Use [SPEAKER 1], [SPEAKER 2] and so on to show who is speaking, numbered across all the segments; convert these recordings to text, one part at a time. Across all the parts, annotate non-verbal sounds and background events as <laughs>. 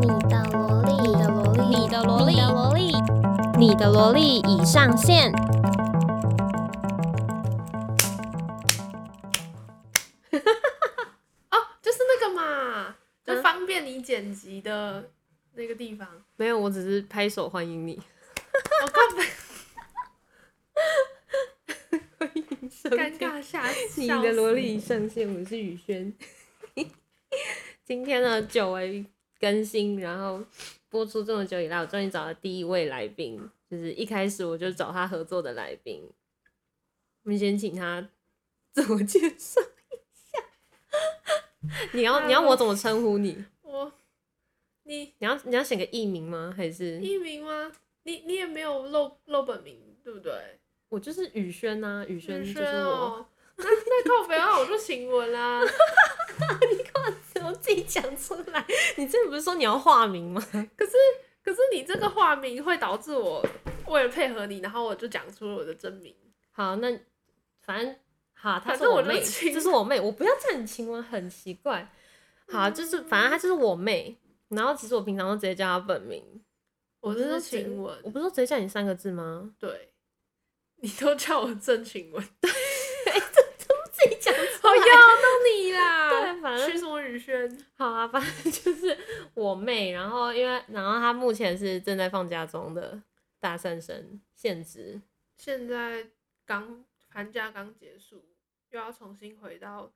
[SPEAKER 1] 你的萝莉，你的萝莉，
[SPEAKER 2] 你的萝
[SPEAKER 1] 你的萝
[SPEAKER 2] 莉
[SPEAKER 1] 莉，你的萝莉已上线。
[SPEAKER 2] 哦，就是那个嘛，
[SPEAKER 3] 嗯
[SPEAKER 2] 就方便你剪辑的那个地方。
[SPEAKER 3] <laughs> 没有，我只是拍手欢迎你。
[SPEAKER 2] 我根本尴
[SPEAKER 3] 尴
[SPEAKER 2] 尬吓死。
[SPEAKER 3] 你的萝莉上线，我是宇轩。今天呢，久违更新，然后播出这么久以来，我终于找到第一位来宾，就是一开始我就找他合作的来宾。我们先请他自我介绍一下。你 <laughs> 要你要我怎么称呼你？
[SPEAKER 2] 我，你
[SPEAKER 3] 你要你要选个艺名吗？还是
[SPEAKER 2] 艺名吗？你你也没有露露本名，对不对？
[SPEAKER 3] 我就是宇轩啊，宇轩
[SPEAKER 2] 轩
[SPEAKER 3] 就是我。
[SPEAKER 2] 哦， <laughs> 那那靠北啊，我就行文
[SPEAKER 3] <laughs>
[SPEAKER 2] 啦、
[SPEAKER 3] 我自己讲出来，你之前不是说你要化名吗？ <laughs>
[SPEAKER 2] 可是你这个化名会导致我为了配合你，然后我就讲出了我的真名。
[SPEAKER 3] 好，那反正好，她
[SPEAKER 2] 反
[SPEAKER 3] 是
[SPEAKER 2] 正
[SPEAKER 3] 我
[SPEAKER 2] 我就
[SPEAKER 3] 妹，
[SPEAKER 2] 亲
[SPEAKER 3] 这是我妹，我不要叫你亲吻，很奇怪。
[SPEAKER 2] 嗯
[SPEAKER 3] 好，就是反正她就是我妹，然后其实我平常都直接叫她本名，
[SPEAKER 2] 我
[SPEAKER 3] 不是
[SPEAKER 2] 是
[SPEAKER 3] 说直
[SPEAKER 2] 晴雯
[SPEAKER 3] 我，不是说直接叫你三个字吗？ <laughs>
[SPEAKER 2] 对，你都叫我郑晴雯。
[SPEAKER 3] 自己讲出
[SPEAKER 2] 哦，要
[SPEAKER 3] 来。
[SPEAKER 2] 到你啦！
[SPEAKER 3] <laughs> 对反正
[SPEAKER 2] 徐什么宇轩，
[SPEAKER 3] 好啊，反正就是我妹，然后因为然后她目前是正在放假中的大三生，现职。
[SPEAKER 2] 现在刚寒假刚结束，又要重新回到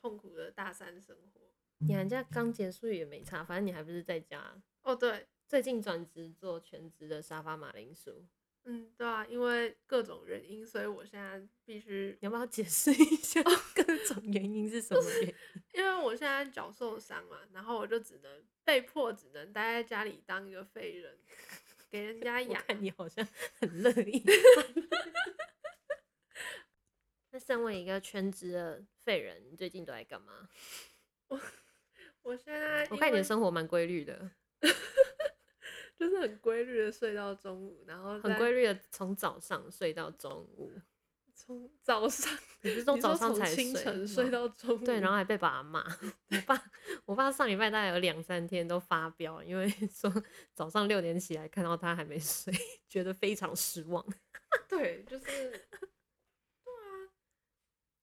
[SPEAKER 2] 痛苦的大三生活。
[SPEAKER 3] 你寒假刚结束也没差，反正你还不是在家。
[SPEAKER 2] 哦，对，
[SPEAKER 3] 最近转职做全职的沙发马铃薯，
[SPEAKER 2] 嗯，对啊，因为各种原因，所以我现在必须，
[SPEAKER 3] 你要不要解释一下各种原因是什么原因？
[SPEAKER 2] 因为我现在脚受伤嘛，然后我就只能被迫只能待在家里当一个废人，给人家
[SPEAKER 3] <laughs> 我
[SPEAKER 2] 养。
[SPEAKER 3] 看你好像很乐意。 <laughs> 那身为一个全职的废人，你最近都在干嘛？
[SPEAKER 2] 我现在
[SPEAKER 3] 我
[SPEAKER 2] 因
[SPEAKER 3] 看你
[SPEAKER 2] 为
[SPEAKER 3] 的生活蛮规律的，
[SPEAKER 2] 就是很规律的睡到中午，然后
[SPEAKER 3] 很
[SPEAKER 2] 再
[SPEAKER 3] 规律的，从早上睡到中午，
[SPEAKER 2] 从早上，
[SPEAKER 3] 你不是
[SPEAKER 2] 你
[SPEAKER 3] 从
[SPEAKER 2] 说
[SPEAKER 3] 早上
[SPEAKER 2] 从
[SPEAKER 3] 才
[SPEAKER 2] 清晨睡
[SPEAKER 3] 睡吗？
[SPEAKER 2] 到中午，
[SPEAKER 3] 对，然后还被爸爸骂。 <laughs> 我爸，我爸上礼拜大概有两三天都发飙，因为 <laughs> 说早上六点起来看到他还没睡， <laughs> 觉得非常失望。
[SPEAKER 2] 对，就是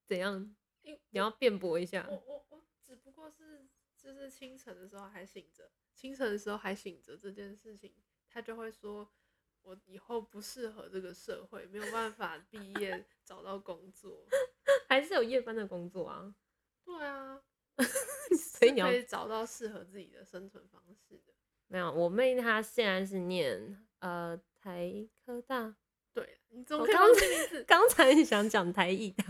[SPEAKER 3] 怎样？
[SPEAKER 2] 因
[SPEAKER 3] 你要辩驳一下
[SPEAKER 2] 我。我我只不过是就是清晨的时候还醒着，清晨的时候还醒着这件事情，他就会说我以后不适合这个社会，没有办法毕业找到工作。
[SPEAKER 3] 还是有夜班的工作啊，
[SPEAKER 2] 对啊，
[SPEAKER 3] <laughs> 所以
[SPEAKER 2] 是
[SPEAKER 3] 你要
[SPEAKER 2] 可以找到适合自己的生存方式的。
[SPEAKER 3] 没有？我妹她现在是念呃台科大，
[SPEAKER 2] 对，啊你怎么
[SPEAKER 3] 我
[SPEAKER 2] 可以
[SPEAKER 3] 刚
[SPEAKER 2] 忘记名字？
[SPEAKER 3] 刚才想讲台艺大，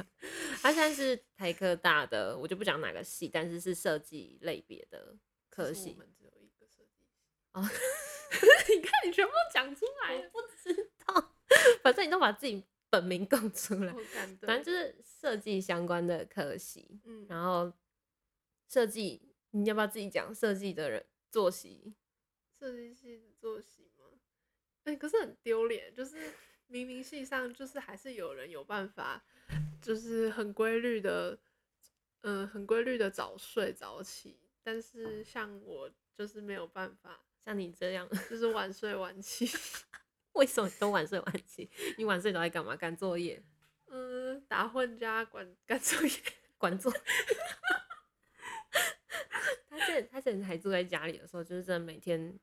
[SPEAKER 3] 她现在是台科大的，我就不讲哪个系，但是是设计类别的科
[SPEAKER 2] 可惜我
[SPEAKER 3] 系。
[SPEAKER 2] 们只有一个设计系。
[SPEAKER 3] 哦 <laughs>
[SPEAKER 2] 你看，你全部都讲出来了，
[SPEAKER 3] 我不知道，哦反正你都把自己本名供出来，
[SPEAKER 2] 好感动。
[SPEAKER 3] 反正就是设计相关的科系，
[SPEAKER 2] 嗯，
[SPEAKER 3] 然后设计，你要不要自己讲设计的人作息？
[SPEAKER 2] 设计系的作息吗？哎、可是很丢脸，就是明明系上就是还是有人有办法，就是很规律的，嗯、很规律的早睡早起，但是像我就是没有办法，
[SPEAKER 3] 像你这样，
[SPEAKER 2] 就是晚睡晚起，
[SPEAKER 3] <laughs> 为什么都晚睡晚起？你晚睡都在干嘛？赶作业。
[SPEAKER 2] 嗯、打混加管干作业，
[SPEAKER 3] 管作。 <laughs> 他现在他现在还住在家里的时候，就是真的每天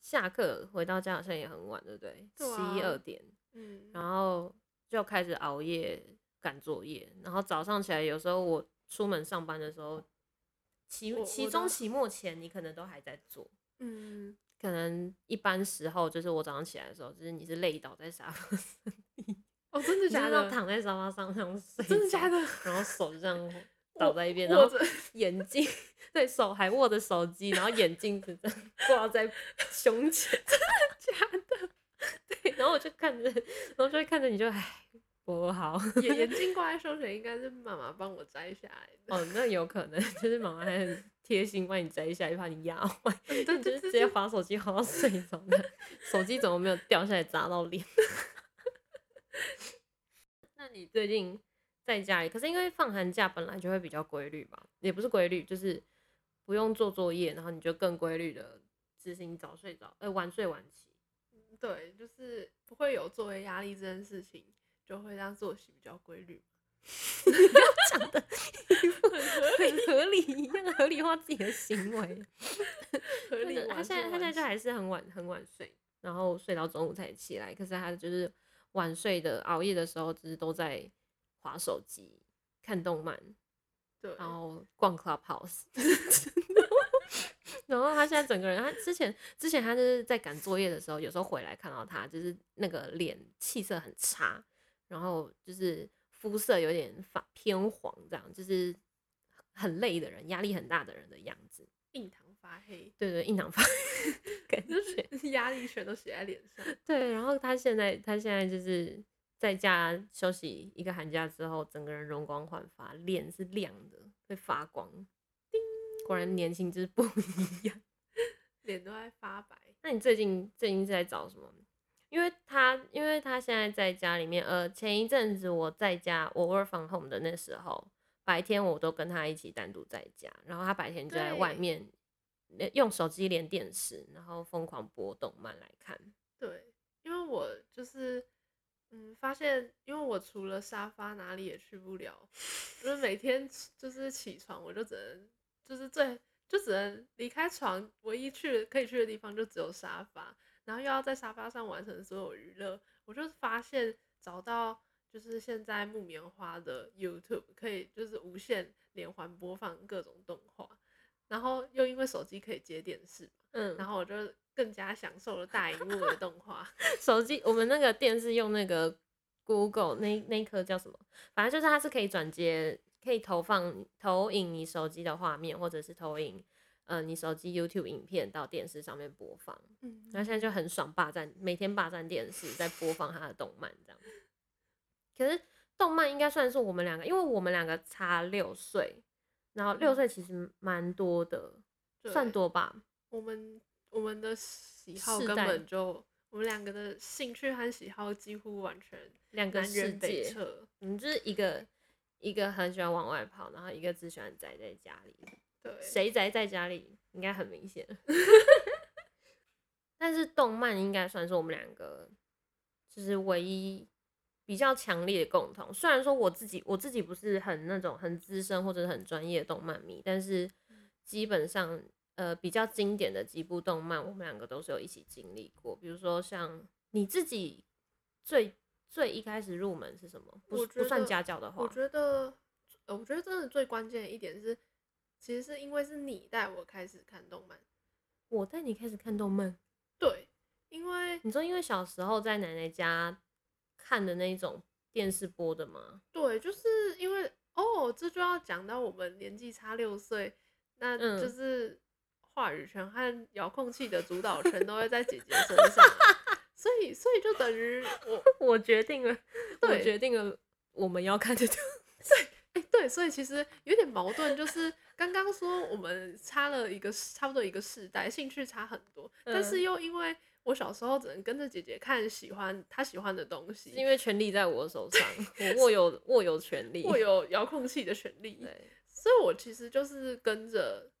[SPEAKER 3] 下课回到家好像也很晚，对不对？
[SPEAKER 2] 对啊
[SPEAKER 3] 十一二点，
[SPEAKER 2] 嗯，
[SPEAKER 3] 然后就开始熬夜赶作业，然后早上起来有时候我出门上班的时候，期
[SPEAKER 2] 我
[SPEAKER 3] 期
[SPEAKER 2] 我
[SPEAKER 3] 中
[SPEAKER 2] 都
[SPEAKER 3] 期末前你可能都还在做。
[SPEAKER 2] 嗯，
[SPEAKER 3] 可能一般时候，就是我早上起来的时候，就是你是累倒在沙发上，
[SPEAKER 2] 哦，真的
[SPEAKER 3] 你就
[SPEAKER 2] 假
[SPEAKER 3] 是要
[SPEAKER 2] 的？
[SPEAKER 3] 躺在沙发上那样睡，
[SPEAKER 2] 真的假的？？
[SPEAKER 3] <laughs> 然后手
[SPEAKER 2] <laughs>
[SPEAKER 3] 这样倒在一边，然
[SPEAKER 2] 握
[SPEAKER 3] 后
[SPEAKER 2] 着，
[SPEAKER 3] <laughs>
[SPEAKER 2] <laughs>
[SPEAKER 3] 眼镜，对手还握着手机，然后眼镜子这样挂在胸前，
[SPEAKER 2] <laughs> 假的，
[SPEAKER 3] <laughs> 对，然后我就看着，然后就会看着你就唉，不好， <laughs>
[SPEAKER 2] 眼眼睛挂在胸前，应该是妈妈帮我摘下来的。
[SPEAKER 3] 哦，那有可能就是妈妈还很贴心帮你摘下来，怕你压坏，
[SPEAKER 2] 对
[SPEAKER 3] <laughs> 你就是直接滑手机滑到睡着的，手机怎么没有掉下来砸到脸？ <laughs> 那你最近在家里，可是因为放寒假本来就会比较规律吧，也不是规律，就是不用做作业，然后你就更规律的执行早睡早，呃，晚睡晚起。
[SPEAKER 2] 对，就是不会有作业压力这件事情，就会让作息比较规律。
[SPEAKER 3] <laughs> 很合理一样，合理化自己的行为。
[SPEAKER 2] 合理
[SPEAKER 3] 对的他
[SPEAKER 2] 完
[SPEAKER 3] 现在
[SPEAKER 2] 全
[SPEAKER 3] 他现在
[SPEAKER 2] 完
[SPEAKER 3] 就
[SPEAKER 2] 全
[SPEAKER 3] 还是很晚很晚睡，然后睡到中午才起来。可是他就是晚睡的熬夜的时候，就是都在划手机、看动漫，
[SPEAKER 2] 对，
[SPEAKER 3] 然后逛 Clubhouse。然后他现在整个人，他之前之前他就是在赶作业的时候，有时候回来看到他，就是那个脸气色很差，然后就是肤色有点发偏黄，这样就是很累的人，压力很大的人的样子。
[SPEAKER 2] 印堂发黑，
[SPEAKER 3] 对对，印堂发 <laughs> 感
[SPEAKER 2] 就
[SPEAKER 3] 觉
[SPEAKER 2] 是 <laughs> 压力全都写在脸上。
[SPEAKER 3] 对。然后他现在他现在就是在家休息一个寒假之后，整个人容光焕发，脸是亮的，会发光。果然年轻就是不 <laughs> 一样。
[SPEAKER 2] 脸都在发白。
[SPEAKER 3] 那你最近最近是在找什么？因为他因为他现在在家里面，呃，前一阵子我在家，我 work from home 的那时候，白天我都跟他一起单独在家，然后他白天就在外
[SPEAKER 2] 对
[SPEAKER 3] 面呃用手机连电视，然后疯狂播动漫来看。
[SPEAKER 2] 对，因为我就是嗯，发现因为我除了沙发哪里也去不了，就是每天起就是起床我就只能就是最就只能离开床，唯一去可以去的地方就只有沙发，然后又要在沙发上完成所有娱乐，我就发现找到。就是现在木棉花的 YouTube 可以就是无限连环播放各种动画，然后又因为手机可以接电视，
[SPEAKER 3] 嗯，
[SPEAKER 2] 然后我就更加享受了大荧幕的动画。
[SPEAKER 3] 手机我们那个电视用那个 Google 那那一颗叫什么？反正就是它是可以转接，可以投放投影你手机的画面，或者是投影呃你手机 YouTube 影片到电视上面播放。
[SPEAKER 2] <laughs> <laughs> 嗯
[SPEAKER 3] 然后现在就很爽，霸占每天霸占电视，在播放他的动漫这样。可是动漫应该算是我们两个，因为我们两个差六岁，然后六岁其实蛮多的，算。多吧？
[SPEAKER 2] 我们我们的喜好
[SPEAKER 3] 世
[SPEAKER 2] 根
[SPEAKER 3] 代
[SPEAKER 2] 本就，我们两个的兴趣和喜好几乎完全
[SPEAKER 3] 两个
[SPEAKER 2] 南
[SPEAKER 3] 世
[SPEAKER 2] 辕北
[SPEAKER 3] 界，
[SPEAKER 2] 辙。
[SPEAKER 3] 嗯，就是一个一个很喜欢往外跑，然后一个只喜欢宅在家里。
[SPEAKER 2] 对，
[SPEAKER 3] 谁宅在家里应该很明显。 <laughs> 但是动漫应该算是我们两个就是唯一比较强烈的共同。虽然说我自己我自己不是很那种很资深或者是很专业的动漫迷，但是基本上呃比较经典的几部动漫，我们两个都是有一起经历过。比如说像你自己最最一开始入门是什么？不
[SPEAKER 2] 我
[SPEAKER 3] 是不
[SPEAKER 2] 觉
[SPEAKER 3] 算
[SPEAKER 2] 得
[SPEAKER 3] 家教的话，
[SPEAKER 2] 我觉得，呃，我觉得真的最关键的一点是，其实是因为是你带我开始看动漫。
[SPEAKER 3] 我带你开始看动漫。
[SPEAKER 2] 对，因为
[SPEAKER 3] 你说因为小时候在奶奶家看的那一种电视播的吗？
[SPEAKER 2] 对，就是因为哦，这就要讲到我们年纪差六岁，那
[SPEAKER 3] 嗯
[SPEAKER 2] 就是话语权和遥控器的主导权都会在姐姐身上啊，所以所以就等于我
[SPEAKER 3] <laughs> 我决定了，我
[SPEAKER 2] 对
[SPEAKER 3] 决定了，我们要看这种。
[SPEAKER 2] 哎、对，所以其实有点矛盾，就是刚刚说我们差了一个世差不多一个世代，兴趣差很多，但是
[SPEAKER 3] 嗯
[SPEAKER 2] 又因为我小时候只能跟着姐姐看喜欢她喜欢的东
[SPEAKER 3] 是
[SPEAKER 2] 西
[SPEAKER 3] 因，为权力在我手 <laughs> 上，我握有握有权力。
[SPEAKER 2] 我有遥控器的权利，
[SPEAKER 3] 对，
[SPEAKER 2] 所以我其实就是跟着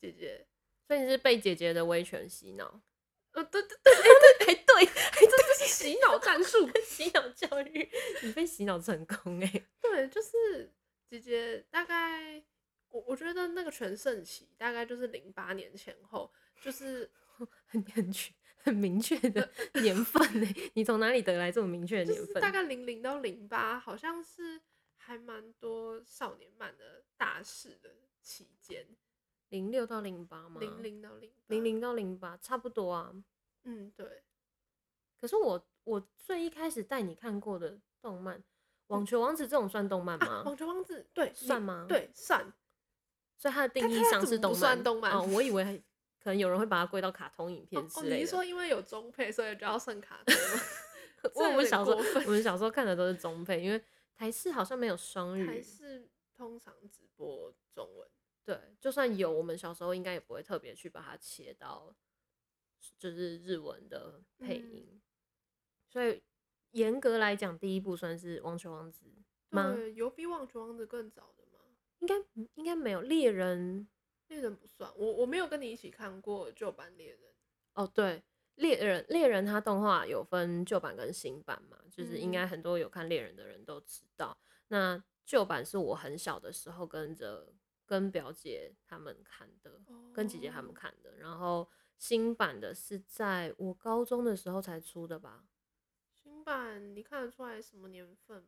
[SPEAKER 2] 姐姐。
[SPEAKER 3] 所以你是被姐姐的威权洗脑，
[SPEAKER 2] 呃，对对对，
[SPEAKER 3] <laughs> 哎，对，
[SPEAKER 2] 这就是洗脑战术。
[SPEAKER 3] <laughs> 洗脑教育，你被洗脑成功哎、
[SPEAKER 2] <laughs> 对，就是姐姐大概我我觉得那个全盛期大概就是零八年前后，
[SPEAKER 3] <laughs>
[SPEAKER 2] 就是
[SPEAKER 3] 很很确很明确的年份哎、你从哪里得来这么明确的
[SPEAKER 2] 就
[SPEAKER 3] 年
[SPEAKER 2] 是
[SPEAKER 3] 份？
[SPEAKER 2] 大概零零到零八，好像是还蛮多少年漫的大事的期间，
[SPEAKER 3] 零六到零八吗？啊
[SPEAKER 2] 零零到零
[SPEAKER 3] 零零到零八，差不多啊。
[SPEAKER 2] 嗯对，
[SPEAKER 3] 可是我我最一开始带你看过的动漫《网球王子》这种算动漫
[SPEAKER 2] 嗯啊，
[SPEAKER 3] 吗？
[SPEAKER 2] 网球王子对你
[SPEAKER 3] 算吗
[SPEAKER 2] 对算，
[SPEAKER 3] 所以它的定
[SPEAKER 2] 它
[SPEAKER 3] 义
[SPEAKER 2] 它
[SPEAKER 3] 上
[SPEAKER 2] 怎
[SPEAKER 3] 是
[SPEAKER 2] 么
[SPEAKER 3] 动
[SPEAKER 2] 不
[SPEAKER 3] 漫。
[SPEAKER 2] 算动漫
[SPEAKER 3] 哦，我
[SPEAKER 2] <laughs>
[SPEAKER 3] 以为可能有人会把它归到卡通影片
[SPEAKER 2] 哦
[SPEAKER 3] 之
[SPEAKER 2] 哦，
[SPEAKER 3] 类
[SPEAKER 2] 你是
[SPEAKER 3] 的。
[SPEAKER 2] 说因为有中配所以就要剩卡通
[SPEAKER 3] <laughs>
[SPEAKER 2] 吗？
[SPEAKER 3] 因为 <laughs> 我
[SPEAKER 2] 这有点
[SPEAKER 3] 们小时候
[SPEAKER 2] 过分 <laughs>
[SPEAKER 3] 我们小时候看的都是中配，因为台视好像没有双
[SPEAKER 2] 还
[SPEAKER 3] 语。
[SPEAKER 2] 是通常直播中文？
[SPEAKER 3] 对，就算有，我们小时候应该也不会特别去把它切到就是日文的配
[SPEAKER 2] 嗯
[SPEAKER 3] 音。所以严格来讲，第一部算是《网球王子》吗？
[SPEAKER 2] 对，有比网球王子更早的吗？
[SPEAKER 3] 应该应该没有猎人
[SPEAKER 2] 猎人不算，我我没有跟你一起看过旧版猎人，
[SPEAKER 3] 哦，对，猎人猎人它动画有分旧版跟新版嘛，就是应该
[SPEAKER 2] 嗯
[SPEAKER 3] 很多有看猎人的人都知道。那旧版是我很小的时候跟着跟表姐他们看的，跟姐姐他们
[SPEAKER 2] 哦
[SPEAKER 3] 看的。然后新版的是在我高中的时候才出的吧？
[SPEAKER 2] 新版你看得出来什么年份吗？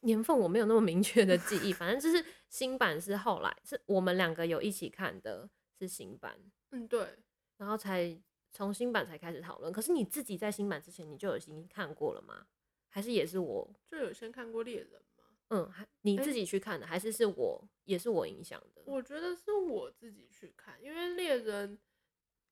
[SPEAKER 3] 年份我没有那么明确的记忆，反正就是新版是后来是我们两个有一起看的，是新版，
[SPEAKER 2] 嗯，对，
[SPEAKER 3] 然后才从新版才开始讨论。可是你自己在新版之前你就已经看过了吗？还是也是我？
[SPEAKER 2] 就有先看过猎人嘛。
[SPEAKER 3] 嗯，还你
[SPEAKER 2] 哎
[SPEAKER 3] 自己去看的，还是是我也是我影响的？
[SPEAKER 2] 我觉得是我自己去看，因为猎人，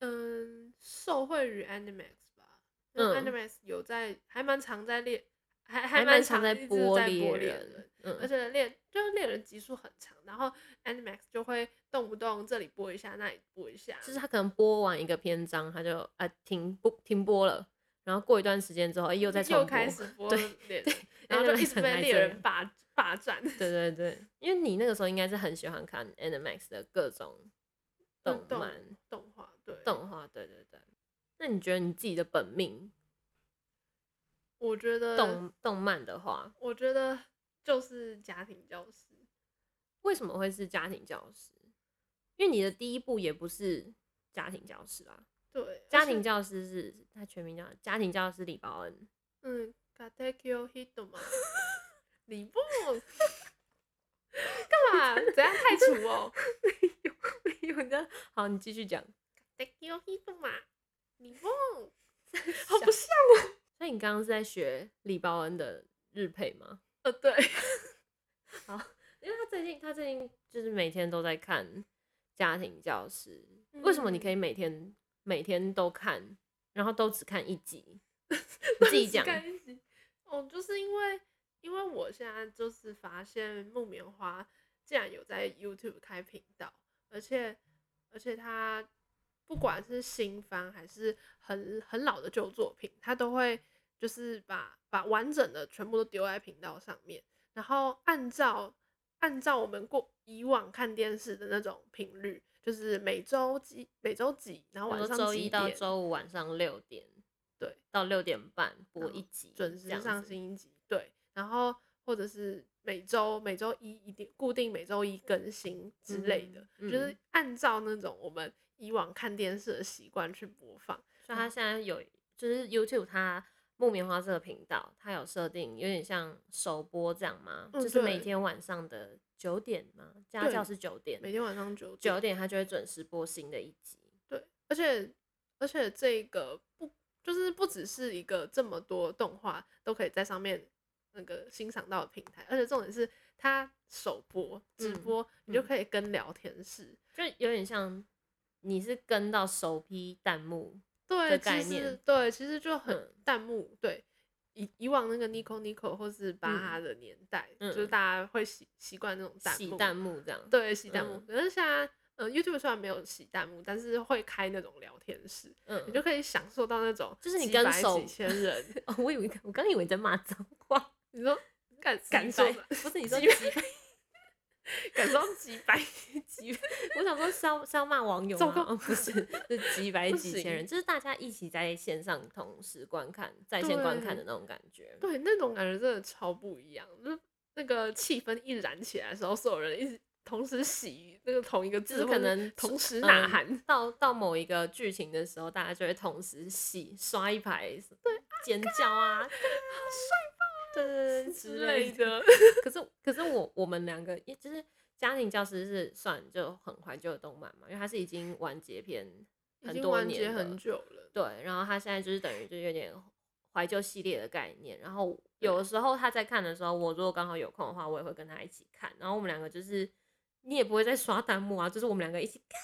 [SPEAKER 2] 嗯，受惠于 Animax 吧，因为
[SPEAKER 3] 嗯
[SPEAKER 2] Animax 有在，还蛮常在猎，还
[SPEAKER 3] 还
[SPEAKER 2] 蛮常
[SPEAKER 3] 常在
[SPEAKER 2] 一直
[SPEAKER 3] 播
[SPEAKER 2] 在
[SPEAKER 3] 猎
[SPEAKER 2] 播猎
[SPEAKER 3] 人
[SPEAKER 2] 人，，而
[SPEAKER 3] 嗯，
[SPEAKER 2] 且猎就是猎人集数很长，然后 Animax 就会动不动这里播一下，那里播一下，
[SPEAKER 3] 就是他可能播完一个篇章，他就啊停播停播了，然后过一段时间之后，哎、又在重
[SPEAKER 2] 又
[SPEAKER 3] 播，
[SPEAKER 2] 开始播
[SPEAKER 3] 对
[SPEAKER 2] 猎人，然后就
[SPEAKER 3] Animax
[SPEAKER 2] 一直
[SPEAKER 3] 很
[SPEAKER 2] 被
[SPEAKER 3] 爱
[SPEAKER 2] 猎
[SPEAKER 3] 这
[SPEAKER 2] 人
[SPEAKER 3] <laughs> 样
[SPEAKER 2] 霸霸占。
[SPEAKER 3] 对对对，因为你那个时候应该是很喜欢看 Animax 的各种
[SPEAKER 2] 就
[SPEAKER 3] 动
[SPEAKER 2] 嗯动
[SPEAKER 3] 漫
[SPEAKER 2] 动画，对，
[SPEAKER 3] 动画，对对对。那你觉得你自己的本命
[SPEAKER 2] 我觉得
[SPEAKER 3] 动动漫的话，
[SPEAKER 2] 我觉得就是家庭教师，
[SPEAKER 3] 为什么会是家庭教师？因为你的第一部也不是家庭教师吧？
[SPEAKER 2] 对，
[SPEAKER 3] 家庭
[SPEAKER 2] 教，
[SPEAKER 3] 教师是他全名叫家庭教师李保恩， <laughs>
[SPEAKER 2] 嗯 g a t e k i o Hitoma，你不干嘛？怎样太土
[SPEAKER 3] <laughs>
[SPEAKER 2] 哦
[SPEAKER 3] 有的好，你继续讲。
[SPEAKER 2] g a t e k i o Hitoma，你
[SPEAKER 3] <laughs>
[SPEAKER 2] 不好不像
[SPEAKER 3] 所以你刚刚是在学李保恩的日配吗？
[SPEAKER 2] 呃，对，
[SPEAKER 3] 因为他最近他最近就是每天都在看《家庭教师》为什么你可以每天每天都看，然后都只看一集？你自己
[SPEAKER 2] <laughs>
[SPEAKER 3] 讲。
[SPEAKER 2] 看一集哦，就是因为因为我现在就是发现木棉花竟然有在 YouTube 开频道，而且而且它不管是新番还是很很老的旧作品，它都会就是把把完整的全部都丢在频道上面，然后按照按照我们过以往看电视的那种频率，就是每周几每周几，然后
[SPEAKER 3] 我
[SPEAKER 2] 晚
[SPEAKER 3] 说
[SPEAKER 2] 上
[SPEAKER 3] 周
[SPEAKER 2] 几
[SPEAKER 3] 一到
[SPEAKER 2] 点
[SPEAKER 3] 周五晚上六点，
[SPEAKER 2] 对，
[SPEAKER 3] 到六点半播
[SPEAKER 2] 嗯
[SPEAKER 3] 一集，
[SPEAKER 2] 准时
[SPEAKER 3] 这样
[SPEAKER 2] 上
[SPEAKER 3] 子。
[SPEAKER 2] 新一集，对，然后或者是每周每周一一定固定每周一更新之类的，
[SPEAKER 3] 嗯
[SPEAKER 2] 就
[SPEAKER 3] 嗯
[SPEAKER 2] 是按照那种我们以往看电视的习惯去播放。
[SPEAKER 3] 所以他现在有就是 YouTube 他木棉花这个频道，它有设定有点像首播这样吗？
[SPEAKER 2] 嗯
[SPEAKER 3] 就是每
[SPEAKER 2] 对
[SPEAKER 3] 天晚上的九点嘛，家
[SPEAKER 2] 对
[SPEAKER 3] 教是九点，
[SPEAKER 2] 每天晚上九点，
[SPEAKER 3] 九点他就会准时播新的一集。
[SPEAKER 2] 对，而且而且这个不就是不只是一个这么多动画都可以在上面那个欣赏到的平台，而且重点是它首播直
[SPEAKER 3] 嗯
[SPEAKER 2] 播，你就
[SPEAKER 3] 嗯
[SPEAKER 2] 可以跟聊天室。
[SPEAKER 3] 就有点像你是跟到首批弹幕，
[SPEAKER 2] 对，
[SPEAKER 3] 的
[SPEAKER 2] 其
[SPEAKER 3] 概
[SPEAKER 2] 实
[SPEAKER 3] 念
[SPEAKER 2] 对，其实就很
[SPEAKER 3] 嗯
[SPEAKER 2] 弹幕、对。以以往那个 Nico Nico 或是巴哈的年代，就是
[SPEAKER 3] 嗯
[SPEAKER 2] 大家会习习惯那种弹
[SPEAKER 3] 洗
[SPEAKER 2] 幕，
[SPEAKER 3] 弹幕这样。，
[SPEAKER 2] 对洗弹幕。
[SPEAKER 3] 嗯
[SPEAKER 2] 可是现在，呃，YouTube 虽然没有洗弹幕，但是会开那种聊天室，
[SPEAKER 3] 嗯，
[SPEAKER 2] 你就可以享受到那种
[SPEAKER 3] 就是你
[SPEAKER 2] 几
[SPEAKER 3] 跟
[SPEAKER 2] 百
[SPEAKER 3] 手，
[SPEAKER 2] 几千人
[SPEAKER 3] <laughs> 哦，我以为我刚以为你在骂脏话，
[SPEAKER 2] 你说感感
[SPEAKER 3] 感
[SPEAKER 2] 受
[SPEAKER 3] 白
[SPEAKER 2] 到
[SPEAKER 3] 不是你说
[SPEAKER 2] 几
[SPEAKER 3] 几百， <laughs>
[SPEAKER 2] 感受到几百几百，
[SPEAKER 3] 我想说是要是要骂网友
[SPEAKER 2] 糟
[SPEAKER 3] 吗？
[SPEAKER 2] 糕
[SPEAKER 3] <laughs> 哦不是，是几百
[SPEAKER 2] 不
[SPEAKER 3] 几千人，
[SPEAKER 2] 行
[SPEAKER 3] 就是大家一起在线上同时观看、在线观看的那种感觉。
[SPEAKER 2] 对，那种感觉真的超不一样，就是那个气氛一燃起来的时候，所有人一直同时洗那个同一个
[SPEAKER 3] 就
[SPEAKER 2] 字，
[SPEAKER 3] 是
[SPEAKER 2] 或
[SPEAKER 3] 可
[SPEAKER 2] 是
[SPEAKER 3] 能
[SPEAKER 2] 同时
[SPEAKER 3] 嗯
[SPEAKER 2] 呐喊。
[SPEAKER 3] 到到某一个剧情的时候，大家就会同时洗刷一排，对，尖叫啊，对对对
[SPEAKER 2] 之
[SPEAKER 3] 之
[SPEAKER 2] 类
[SPEAKER 3] 类的。 <laughs>
[SPEAKER 2] 的。
[SPEAKER 3] 可是可是我我们两个，也就是家庭教师是算就很怀旧的动漫嘛，因为它是已经完结篇
[SPEAKER 2] 已
[SPEAKER 3] 很
[SPEAKER 2] 经
[SPEAKER 3] 多
[SPEAKER 2] 完结
[SPEAKER 3] 年了
[SPEAKER 2] 很久了，
[SPEAKER 3] 对，然后它现在就是等于就有点怀旧系列的概念。然后有的时候他在看的时候，我如果刚好有空的话，我也会跟他一起看。然后我们两个就是你也不会再刷弹幕啊，就是我们两个一起，啊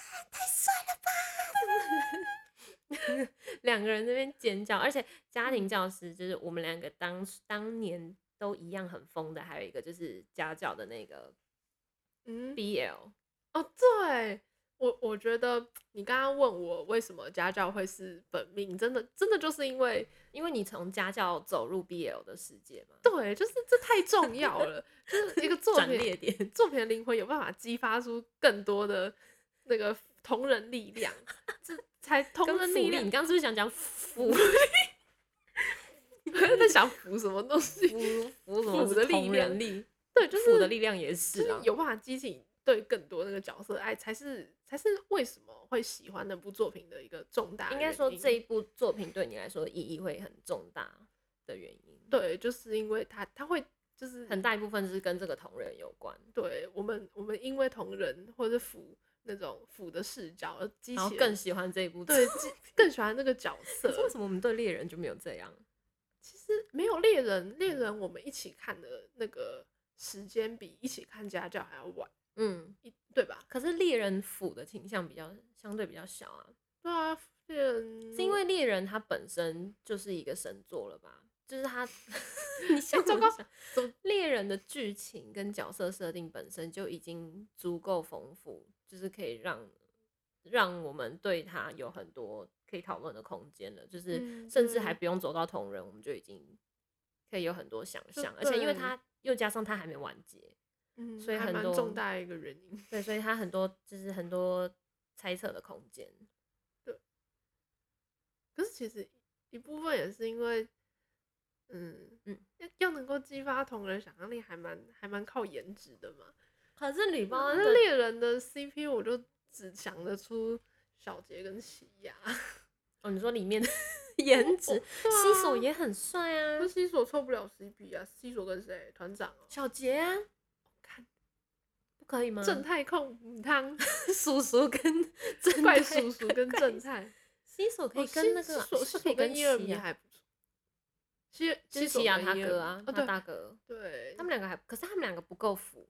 [SPEAKER 3] 太帅了吧！ <laughs> 两个人那边尖叫，而且家
[SPEAKER 2] 嗯
[SPEAKER 3] 庭教师就是我们两个当当年都一样很疯的，还有一个就是家教的那个
[SPEAKER 2] 嗯，
[SPEAKER 3] BL，
[SPEAKER 2] 哦，对我我觉得你刚刚问我为什么家教会是本命，真的真的就是因为
[SPEAKER 3] 因为你从家教走入 BL 的世界嘛，
[SPEAKER 2] 对，就是这太重要了，就是一个作 <laughs>
[SPEAKER 3] 转
[SPEAKER 2] 品 <laughs>
[SPEAKER 3] 捩点，
[SPEAKER 2] 作品的灵魂有办法激发出更多的那个同人力量，这才同
[SPEAKER 3] 跟
[SPEAKER 2] 人
[SPEAKER 3] 福
[SPEAKER 2] 力
[SPEAKER 3] 利，
[SPEAKER 2] 量
[SPEAKER 3] 你。刚刚是不是想
[SPEAKER 2] <laughs>
[SPEAKER 3] 讲福
[SPEAKER 2] 我在想扶什么东
[SPEAKER 3] <laughs>
[SPEAKER 2] 西？ <laughs>
[SPEAKER 3] 福福什
[SPEAKER 2] 么
[SPEAKER 3] 么
[SPEAKER 2] 是
[SPEAKER 3] 是
[SPEAKER 2] 同
[SPEAKER 3] 同
[SPEAKER 2] 人
[SPEAKER 3] 人力？
[SPEAKER 2] 对，就
[SPEAKER 3] 福
[SPEAKER 2] 是
[SPEAKER 3] 的力量也
[SPEAKER 2] 就是是
[SPEAKER 3] 啊。
[SPEAKER 2] 有办法激起你对更多那个角色的爱，才是才是为什么会喜欢那部作品的一个重大的
[SPEAKER 3] 应
[SPEAKER 2] 原
[SPEAKER 3] 该说
[SPEAKER 2] 因
[SPEAKER 3] 这一部作品对你来说意义会很重大的原因，
[SPEAKER 2] 对，就是因为他他会就是
[SPEAKER 3] 很大一部分是跟这个同人有关，
[SPEAKER 2] 对我们我们因为同人或者腐那种腐的视角而激
[SPEAKER 3] 然后
[SPEAKER 2] 起
[SPEAKER 3] 更
[SPEAKER 2] 了
[SPEAKER 3] 喜欢这一部作
[SPEAKER 2] 对激更喜欢那个角
[SPEAKER 3] 可是为
[SPEAKER 2] 色。
[SPEAKER 3] 什么我们对猎人就没有这样？
[SPEAKER 2] 其实没有猎人，猎
[SPEAKER 3] 嗯
[SPEAKER 2] 人我们一起看的那个时间比一起看家教还要晚，
[SPEAKER 3] 嗯，
[SPEAKER 2] 一对吧？
[SPEAKER 3] 可是猎人腐的倾向比较相对比较小啊，
[SPEAKER 2] 对啊，猎人
[SPEAKER 3] 是因为猎人他本身就是一个神作了吧？就是他， <laughs> 哎你 <laughs> 想
[SPEAKER 2] 糟糕
[SPEAKER 3] 想猎人的剧情跟角色设定本身就已经足够丰富，就是可以让让我们对他有很多可以讨论的空间了。就是
[SPEAKER 2] 嗯
[SPEAKER 3] 甚至还
[SPEAKER 2] 对
[SPEAKER 3] 不用走到同人，我们就已经可以有很多想
[SPEAKER 2] 就
[SPEAKER 3] 象，而且因为
[SPEAKER 2] 对
[SPEAKER 3] 他又加上他还没完结，
[SPEAKER 2] 嗯，
[SPEAKER 3] 所以
[SPEAKER 2] 还
[SPEAKER 3] 很
[SPEAKER 2] 蛮
[SPEAKER 3] 多
[SPEAKER 2] 重大一个原因。
[SPEAKER 3] 对，所以他很多就是很多猜测的空间。
[SPEAKER 2] 可是其实一部分也是因为，嗯
[SPEAKER 3] 嗯，
[SPEAKER 2] 要要能够激发同人想象力，还蛮还蛮靠颜值的嘛。
[SPEAKER 3] 可是吕包
[SPEAKER 2] 啊，
[SPEAKER 3] 恩
[SPEAKER 2] 那
[SPEAKER 3] 的
[SPEAKER 2] 猎人的 CP 我就只想得出小杰跟奇亚，
[SPEAKER 3] 哦，你说里面的 <laughs> 颜值，西索也很帅啊
[SPEAKER 2] 那，西索凑哦不了 CP 啊，西索跟谁？团长哦，
[SPEAKER 3] 小杰啊，
[SPEAKER 2] 看
[SPEAKER 3] 不可以吗？
[SPEAKER 2] 正太控母汤
[SPEAKER 3] 叔
[SPEAKER 2] <laughs>
[SPEAKER 3] 叔跟 <laughs> 正
[SPEAKER 2] 怪
[SPEAKER 3] 太 <laughs>
[SPEAKER 2] 叔叔跟正太，
[SPEAKER 3] 西索可以
[SPEAKER 2] 哦
[SPEAKER 3] 跟
[SPEAKER 2] 西
[SPEAKER 3] 那个啊，
[SPEAKER 2] 西索
[SPEAKER 3] 西
[SPEAKER 2] 西
[SPEAKER 3] 索可以
[SPEAKER 2] 索跟伊尔
[SPEAKER 3] 奇
[SPEAKER 2] 米啊
[SPEAKER 3] 亚，
[SPEAKER 2] 还不错，西
[SPEAKER 3] 就是
[SPEAKER 2] 索
[SPEAKER 3] 奇亚
[SPEAKER 2] 跟
[SPEAKER 3] 他
[SPEAKER 2] 伊尔
[SPEAKER 3] 哥
[SPEAKER 2] 米
[SPEAKER 3] 啊，
[SPEAKER 2] 哦
[SPEAKER 3] 他
[SPEAKER 2] 对
[SPEAKER 3] 大哥，
[SPEAKER 2] 对，
[SPEAKER 3] 他们两个还，可是他们两个不够服，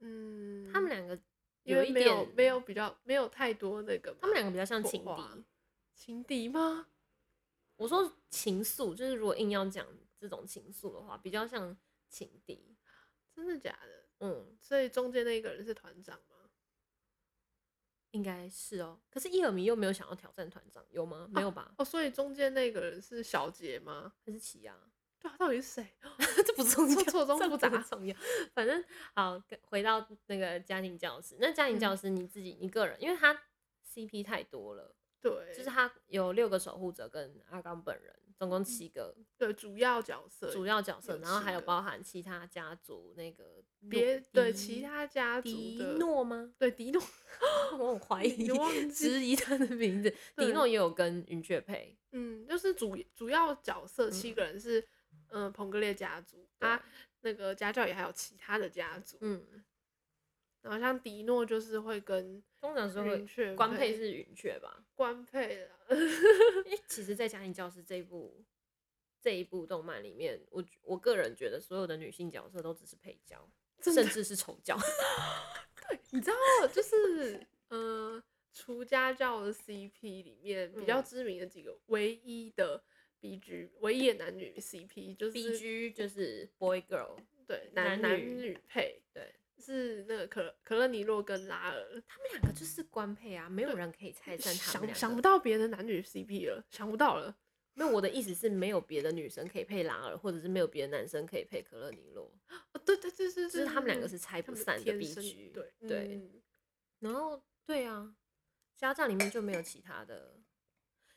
[SPEAKER 2] 嗯，
[SPEAKER 3] 他们两个
[SPEAKER 2] 因
[SPEAKER 3] 有
[SPEAKER 2] 为
[SPEAKER 3] 一
[SPEAKER 2] 没有
[SPEAKER 3] 点
[SPEAKER 2] 没有，比较没有太多那个嘛，
[SPEAKER 3] 他们两个比较像
[SPEAKER 2] 火
[SPEAKER 3] 情敌。
[SPEAKER 2] 花情敌吗？
[SPEAKER 3] 我说情愫，就是如果硬要讲这种情愫的话，比较像情敌。
[SPEAKER 2] 真的假的？
[SPEAKER 3] 嗯，
[SPEAKER 2] 所以中间那个人是团长吗？
[SPEAKER 3] 应该是哦。可是伊尔米又没有想要挑战团长，有吗？没有吧？
[SPEAKER 2] 哦，所以中间那个人是小杰吗？
[SPEAKER 3] 还是奇亚？
[SPEAKER 2] 对啊，到底是谁？
[SPEAKER 3] <laughs> 这不重要，
[SPEAKER 2] 错错综
[SPEAKER 3] 这
[SPEAKER 2] 复
[SPEAKER 3] 不
[SPEAKER 2] 杂
[SPEAKER 3] 重要。 <laughs> 反正好，跟回到那个家庭教师，那家庭教师你自己一个人，因为他 CP 太多了，
[SPEAKER 2] 对，
[SPEAKER 3] 就是他有六个守护者跟阿刚本人，总共七个
[SPEAKER 2] 对主要角色，
[SPEAKER 3] 主要角色，
[SPEAKER 2] 有
[SPEAKER 3] 然后
[SPEAKER 2] 七
[SPEAKER 3] 还有
[SPEAKER 2] 个
[SPEAKER 3] 包含其他家族那个
[SPEAKER 2] 别
[SPEAKER 3] 诺
[SPEAKER 2] 对
[SPEAKER 3] 迪
[SPEAKER 2] 其他家族
[SPEAKER 3] 迪
[SPEAKER 2] 的
[SPEAKER 3] 诺吗？
[SPEAKER 2] 对迪诺，
[SPEAKER 3] <laughs> 我很怀
[SPEAKER 2] 你
[SPEAKER 3] 疑
[SPEAKER 2] 就忘，记
[SPEAKER 3] 质疑他的名字。迪
[SPEAKER 2] 对
[SPEAKER 3] 诺也有跟云雀配，
[SPEAKER 2] 嗯，就是主主要角色七个人是，嗯、彭格列家族啊
[SPEAKER 3] 对，
[SPEAKER 2] 那个家教也还有其他的家族，
[SPEAKER 3] 嗯，
[SPEAKER 2] 然后像迪诺就是会跟
[SPEAKER 3] 通常是
[SPEAKER 2] 云
[SPEAKER 3] 会
[SPEAKER 2] 雀
[SPEAKER 3] 官配是云雀吧？
[SPEAKER 2] 官配啦，
[SPEAKER 3] <laughs> 因为其实，在《家庭教师》这一部这一部动漫里面，我觉我个人觉得所有的女性角色都只是配角，
[SPEAKER 2] <laughs> 真
[SPEAKER 3] 甚至是丑角。
[SPEAKER 2] 你知道，就是呃，除家教的 CP 里面比较
[SPEAKER 3] 嗯
[SPEAKER 2] 知名的几个，唯一的 BG，唯一的男女 CP 就是
[SPEAKER 3] B G 就是 boy girl，
[SPEAKER 2] 对
[SPEAKER 3] 男
[SPEAKER 2] 男男
[SPEAKER 3] 女
[SPEAKER 2] 女配，
[SPEAKER 3] 对，
[SPEAKER 2] 是那个可可乐尼洛跟拉尔，
[SPEAKER 3] 他们两个就是官配啊，没有人可以拆散他们
[SPEAKER 2] 想
[SPEAKER 3] 两个。
[SPEAKER 2] 想不，到别的男女 CP 了，想不到了。
[SPEAKER 3] 没有我的意思是没有别的女生可以配拉尔，或者是没有别的男生可以配可乐尼洛，
[SPEAKER 2] 哦，对对对对，
[SPEAKER 3] 就是他们两个是
[SPEAKER 2] 对
[SPEAKER 3] 拆
[SPEAKER 2] 他
[SPEAKER 3] 不
[SPEAKER 2] 们
[SPEAKER 3] 散的
[SPEAKER 2] 天
[SPEAKER 3] B
[SPEAKER 2] 生
[SPEAKER 3] G。
[SPEAKER 2] 对
[SPEAKER 3] 对，
[SPEAKER 2] 嗯
[SPEAKER 3] 然后对啊，家长里面就没有其他的，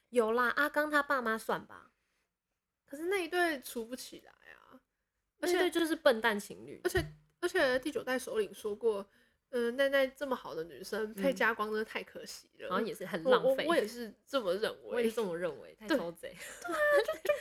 [SPEAKER 3] 有啦，阿刚他爸妈算吧，
[SPEAKER 2] 可是那一对处不起来啊，而
[SPEAKER 3] 那
[SPEAKER 2] 且
[SPEAKER 3] 对就是笨蛋情侣
[SPEAKER 2] 而。且而且第九代首领说过，嗯、奈奈这么好的女生配
[SPEAKER 3] 嗯
[SPEAKER 2] 加光真的太可惜了，
[SPEAKER 3] 好像也是很
[SPEAKER 2] 嗯我
[SPEAKER 3] 浪
[SPEAKER 2] 我
[SPEAKER 3] 费。
[SPEAKER 2] 我也是这么认为，
[SPEAKER 3] 我也是这么认为，太
[SPEAKER 2] 对
[SPEAKER 3] 超贼。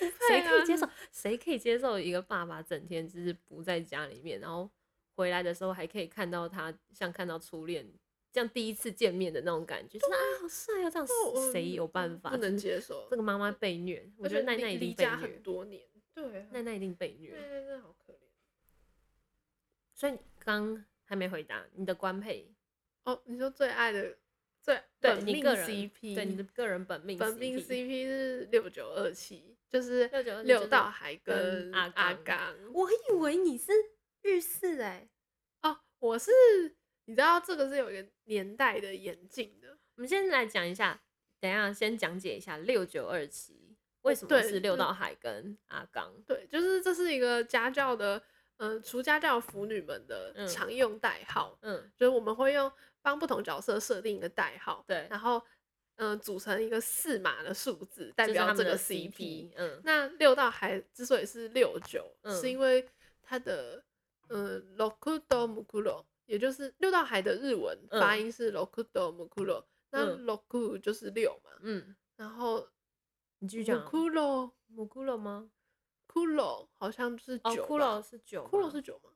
[SPEAKER 2] 配
[SPEAKER 3] 谁可以
[SPEAKER 2] 啊
[SPEAKER 3] 接受？谁可以接受一个爸爸整天就是不在家里面，然后回来的时候还可以看到他像看到初恋，像第一次见面的那种感觉，就是啊好帅哦，这样
[SPEAKER 2] 对我嗯
[SPEAKER 3] 谁有办法？
[SPEAKER 2] 不能
[SPEAKER 3] 真
[SPEAKER 2] 接受
[SPEAKER 3] 这。个妈妈被虐，我
[SPEAKER 2] 而
[SPEAKER 3] 觉
[SPEAKER 2] 且
[SPEAKER 3] 得奈奈
[SPEAKER 2] 离
[SPEAKER 3] 一定
[SPEAKER 2] 离
[SPEAKER 3] 被
[SPEAKER 2] 家很
[SPEAKER 3] 虐，
[SPEAKER 2] 多年，对啊，
[SPEAKER 3] 奈奈一定被
[SPEAKER 2] 奈
[SPEAKER 3] 虐。
[SPEAKER 2] 奈真的好可怜。
[SPEAKER 3] 所以你刚还没回答你的官配，
[SPEAKER 2] 哦，你说最爱的最
[SPEAKER 3] 对
[SPEAKER 2] 本
[SPEAKER 3] 你
[SPEAKER 2] 命
[SPEAKER 3] 个人
[SPEAKER 2] CP，
[SPEAKER 3] 对你的个人本命
[SPEAKER 2] 本命
[SPEAKER 3] CP
[SPEAKER 2] CP 是六九二七，就是
[SPEAKER 3] 6927
[SPEAKER 2] 六道海
[SPEAKER 3] 跟
[SPEAKER 2] 跟
[SPEAKER 3] 阿
[SPEAKER 2] 阿
[SPEAKER 3] 刚
[SPEAKER 2] 刚。
[SPEAKER 3] 我以为你是日式哎、
[SPEAKER 2] 哦，我是你知道这个是有一个年代的眼镜的，
[SPEAKER 3] 我们先来讲一下，等一下先讲解一下六九二七为什么
[SPEAKER 2] 哦对
[SPEAKER 3] 是六道海跟阿刚。
[SPEAKER 2] 对，就是这是一个家呃教的，嗯、除家教腐女们的
[SPEAKER 3] 嗯
[SPEAKER 2] 常用代号，
[SPEAKER 3] 嗯
[SPEAKER 2] 就是我们会用帮不同角色设定一个代号，
[SPEAKER 3] 对
[SPEAKER 2] 然后嗯、呃组成一个四码的数字，代
[SPEAKER 3] 就是他
[SPEAKER 2] 表
[SPEAKER 3] 们
[SPEAKER 2] 这
[SPEAKER 3] 的
[SPEAKER 2] 个
[SPEAKER 3] CP，嗯，
[SPEAKER 2] 那六道还之所以是六九，
[SPEAKER 3] 嗯
[SPEAKER 2] 是因为它的嗯 lokudo mukulo，也就是六道海的日文
[SPEAKER 3] 嗯
[SPEAKER 2] 发音是 lokudo mukulo，、那
[SPEAKER 3] 嗯
[SPEAKER 2] loku 就是六嘛，
[SPEAKER 3] 嗯，
[SPEAKER 2] 然后
[SPEAKER 3] 你继续讲啊。
[SPEAKER 2] mukulo
[SPEAKER 3] 母骷髅吗？
[SPEAKER 2] kulo 好像是
[SPEAKER 3] 哦，
[SPEAKER 2] 九
[SPEAKER 3] 骷
[SPEAKER 2] 吧，
[SPEAKER 3] 髅是九吗，
[SPEAKER 2] 骷髅是九吗？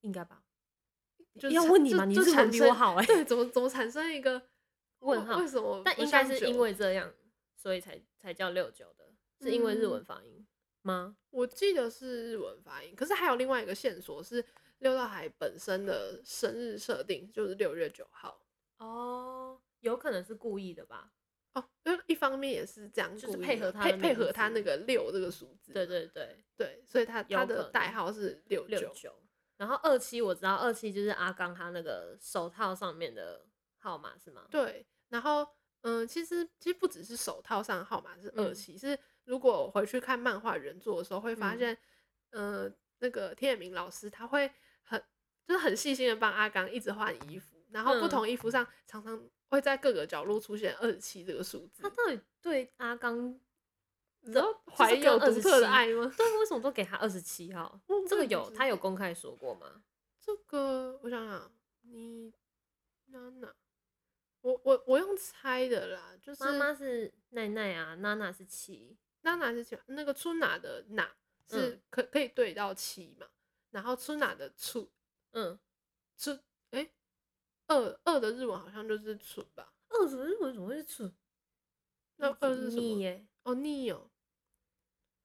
[SPEAKER 3] 应该吧？
[SPEAKER 2] 就
[SPEAKER 3] 要
[SPEAKER 2] 产
[SPEAKER 3] 问你
[SPEAKER 2] 就
[SPEAKER 3] 吗你
[SPEAKER 2] 就是产
[SPEAKER 3] 文比我
[SPEAKER 2] 生
[SPEAKER 3] 好欸
[SPEAKER 2] 对，怎么怎么产生一个
[SPEAKER 3] <laughs> 问
[SPEAKER 2] 为
[SPEAKER 3] 号
[SPEAKER 2] 为什么？
[SPEAKER 3] 但应该是因为这样，所以才才叫六九的，是因为日文
[SPEAKER 2] 嗯
[SPEAKER 3] 发音吗？
[SPEAKER 2] 我记得是日文发音，可是还有另外一个线索是六道海本身的生日设定就是六月九号。
[SPEAKER 3] 哦，有可能是故意的吧？
[SPEAKER 2] 哦，因为一方面也是这样
[SPEAKER 3] 就是
[SPEAKER 2] 故意
[SPEAKER 3] 配
[SPEAKER 2] 的
[SPEAKER 3] 合他
[SPEAKER 2] 配
[SPEAKER 3] 的
[SPEAKER 2] 配
[SPEAKER 3] 名
[SPEAKER 2] 合他
[SPEAKER 3] 字
[SPEAKER 2] 那个六这个数字嘛，
[SPEAKER 3] 对对对，
[SPEAKER 2] 对，所以他他
[SPEAKER 3] 有可
[SPEAKER 2] 的
[SPEAKER 3] 能
[SPEAKER 2] 代号是六
[SPEAKER 3] 六
[SPEAKER 2] 九，
[SPEAKER 3] 九。然后二七我知道，二七就是阿刚他那个手套上面的号码是吗？
[SPEAKER 2] 对，然后嗯，其实其实不只是手套上的号码是二
[SPEAKER 3] 嗯
[SPEAKER 2] 七、是如果我回去看漫画原作的时候会发
[SPEAKER 3] 嗯
[SPEAKER 2] 现，嗯、那个天野明老师他会很就是很细心的帮阿刚一直换衣服，然后不
[SPEAKER 3] 嗯
[SPEAKER 2] 同衣服上常常会在各个角落出现二七这个数字
[SPEAKER 3] 他，到底对阿刚
[SPEAKER 2] 你知道
[SPEAKER 3] 啊就是
[SPEAKER 2] 怀
[SPEAKER 3] 跟
[SPEAKER 2] 有独特的
[SPEAKER 3] 27
[SPEAKER 2] 爱吗？ <laughs>
[SPEAKER 3] 对，为什么都给他二十七号
[SPEAKER 2] 我我？
[SPEAKER 3] 这个
[SPEAKER 2] 也不
[SPEAKER 3] 有
[SPEAKER 2] 知
[SPEAKER 3] 他有
[SPEAKER 2] 道
[SPEAKER 3] 公开说过吗？
[SPEAKER 2] 这个我想想，你娜娜，我我我用猜的啦，就是
[SPEAKER 3] 妈妈是奈奈啊，娜娜是七，
[SPEAKER 2] 娜娜是喜欢那个春娜的娜是
[SPEAKER 3] 嗯
[SPEAKER 2] 可可以对到七嘛，然后春娜的出
[SPEAKER 3] 嗯，
[SPEAKER 2] 出哎二二的日文好像就是出吧，
[SPEAKER 3] 二十日文怎么会是蠢？
[SPEAKER 2] 那
[SPEAKER 3] 一
[SPEAKER 2] 二
[SPEAKER 3] 直
[SPEAKER 2] 是什
[SPEAKER 3] 逆
[SPEAKER 2] 么？
[SPEAKER 3] 耶，
[SPEAKER 2] 哦逆哦，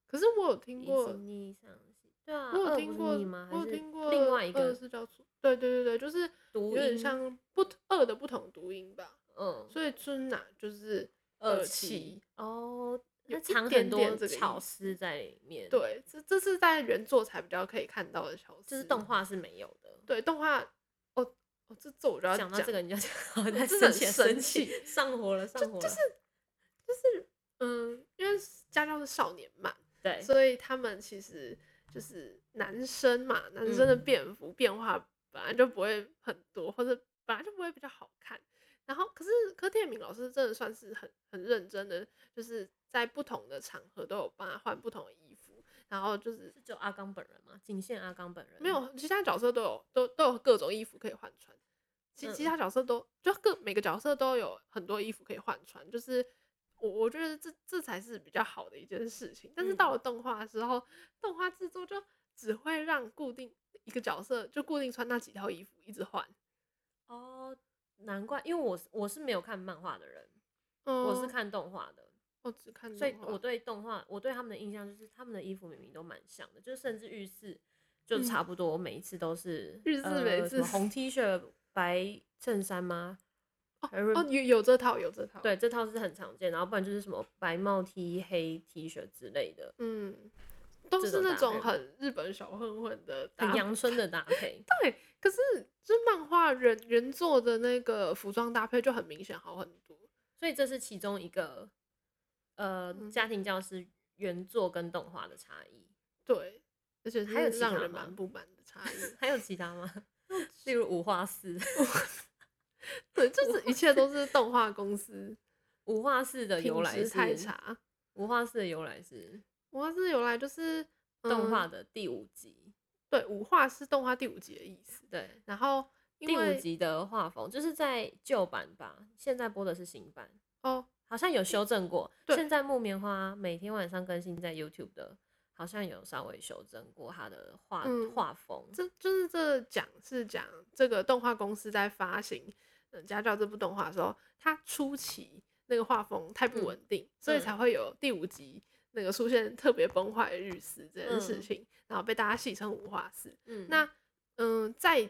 [SPEAKER 2] 可是我有听
[SPEAKER 3] 一
[SPEAKER 2] 过
[SPEAKER 3] 直，逆上去，对啊，
[SPEAKER 2] 我有
[SPEAKER 3] 二
[SPEAKER 2] 听
[SPEAKER 3] 不
[SPEAKER 2] 过，
[SPEAKER 3] 是逆吗？
[SPEAKER 2] 我
[SPEAKER 3] 还
[SPEAKER 2] 有
[SPEAKER 3] 是
[SPEAKER 2] 听过
[SPEAKER 3] 另外一
[SPEAKER 2] 二
[SPEAKER 3] 个
[SPEAKER 2] 是叫出，对对对对，就是
[SPEAKER 3] 读
[SPEAKER 2] 有点
[SPEAKER 3] 音
[SPEAKER 2] 像不二的不同读音吧，
[SPEAKER 3] 嗯
[SPEAKER 2] 所以春娜就是
[SPEAKER 3] 二
[SPEAKER 2] 七。
[SPEAKER 3] 哦，
[SPEAKER 2] 有
[SPEAKER 3] 那
[SPEAKER 2] 一
[SPEAKER 3] 藏
[SPEAKER 2] 点
[SPEAKER 3] 很多
[SPEAKER 2] 点这个意
[SPEAKER 3] 巧
[SPEAKER 2] 思
[SPEAKER 3] 思在里面，，
[SPEAKER 2] 对，这这是在原作才比较可以看到的巧思，
[SPEAKER 3] 就是动画是没有的。
[SPEAKER 2] 对动画哦哦，这这我就要
[SPEAKER 3] 讲到这个，你就 <laughs>
[SPEAKER 2] <laughs>
[SPEAKER 3] 好
[SPEAKER 2] 我
[SPEAKER 3] 在
[SPEAKER 2] 真的
[SPEAKER 3] 生气了，
[SPEAKER 2] 很
[SPEAKER 3] 生
[SPEAKER 2] 生
[SPEAKER 3] 气，
[SPEAKER 2] 气
[SPEAKER 3] 上火了，上火了，
[SPEAKER 2] 嗯，因为家教是少年漫，
[SPEAKER 3] 对，
[SPEAKER 2] 所以他们其实就是男生嘛，男生
[SPEAKER 3] 嗯
[SPEAKER 2] 的变幅变化本来就不会很多，或者本来就不会比较好看。然后，可是柯天明老师真的算是很很认真的，就是在不同的场合都有帮他换不同的衣服，然后就是
[SPEAKER 3] 是只有阿刚本人吗？仅限阿刚本人？
[SPEAKER 2] 没，有，其他角色都有都都有各种衣服可以换穿，其其
[SPEAKER 3] 嗯
[SPEAKER 2] 他角色都就各每个角色都有很多衣服可以换穿，就是我我觉得这这才是比较好的一件事情。
[SPEAKER 3] 嗯
[SPEAKER 2] 但是到了动画的时候，动画制作就只会让固定一个角色就固定穿那几套衣服一直换。
[SPEAKER 3] 哦，难怪，因为我是我是没有看漫画的人，
[SPEAKER 2] 嗯，
[SPEAKER 3] 我是看动画的，
[SPEAKER 2] 我只看动画，
[SPEAKER 3] 哦所以我对动画，我对他们的印象就是他们的衣服明明都蛮像的，就是甚至浴室就
[SPEAKER 2] 嗯
[SPEAKER 3] 差不多，我每一次都是
[SPEAKER 2] 日式
[SPEAKER 3] 呃
[SPEAKER 2] 每
[SPEAKER 3] 什
[SPEAKER 2] 次
[SPEAKER 3] 么红 T 恤、白衬衫吗？还是
[SPEAKER 2] 哦有有这套有这套，，
[SPEAKER 3] 对，这套是很常见，然后不然就是什么白帽 T、黑 T 恤之类的，
[SPEAKER 2] 嗯，都
[SPEAKER 3] 这
[SPEAKER 2] 是
[SPEAKER 3] 种
[SPEAKER 2] 那
[SPEAKER 3] 搭
[SPEAKER 2] 种
[SPEAKER 3] 配
[SPEAKER 2] 很日本小混混的搭
[SPEAKER 3] 很
[SPEAKER 2] 配
[SPEAKER 3] 阳春的搭配。
[SPEAKER 2] 对，可是就是漫画原原作的那个服装搭配就很明显好很多。
[SPEAKER 3] 所以这是其中一个呃
[SPEAKER 2] 嗯
[SPEAKER 3] 家庭教师原作跟动画的差异。
[SPEAKER 2] 对，而且
[SPEAKER 3] 还有
[SPEAKER 2] 是
[SPEAKER 3] 其
[SPEAKER 2] 让
[SPEAKER 3] 他
[SPEAKER 2] 人
[SPEAKER 3] 吗
[SPEAKER 2] 蛮不满的差
[SPEAKER 3] <laughs>。
[SPEAKER 2] 异
[SPEAKER 3] 还有其他
[SPEAKER 2] <laughs>
[SPEAKER 3] 吗？例如五画四，
[SPEAKER 2] 对，就是一切都是动画公司
[SPEAKER 3] <laughs> 五画四的由
[SPEAKER 2] 品
[SPEAKER 3] 来
[SPEAKER 2] 质太
[SPEAKER 3] 是
[SPEAKER 2] 差。
[SPEAKER 3] 五画四的由来是
[SPEAKER 2] 我是由来就是、嗯
[SPEAKER 3] 动画的第五集，
[SPEAKER 2] 对五画是动画第五集的意思。
[SPEAKER 3] 对，
[SPEAKER 2] 然后因
[SPEAKER 3] 第五
[SPEAKER 2] 为
[SPEAKER 3] 集的画风就是在旧版吧，现在播的是新版，
[SPEAKER 2] 哦
[SPEAKER 3] 好像有修正过。
[SPEAKER 2] 对
[SPEAKER 3] 现在木棉花每天晚上更新在 YouTube 的，好像有稍微修正过它的画
[SPEAKER 2] 嗯
[SPEAKER 3] 画风。
[SPEAKER 2] 这就是这讲是讲这个动画公司在发行嗯《家教》这部动画的时候，它初期那个画风太不
[SPEAKER 3] 嗯
[SPEAKER 2] 稳定，所以
[SPEAKER 3] 嗯
[SPEAKER 2] 才会有第五集那个出现特别崩坏的日式这件事
[SPEAKER 3] 嗯
[SPEAKER 2] 情，然后被大家戏称五画式。
[SPEAKER 3] 嗯
[SPEAKER 2] 那嗯，在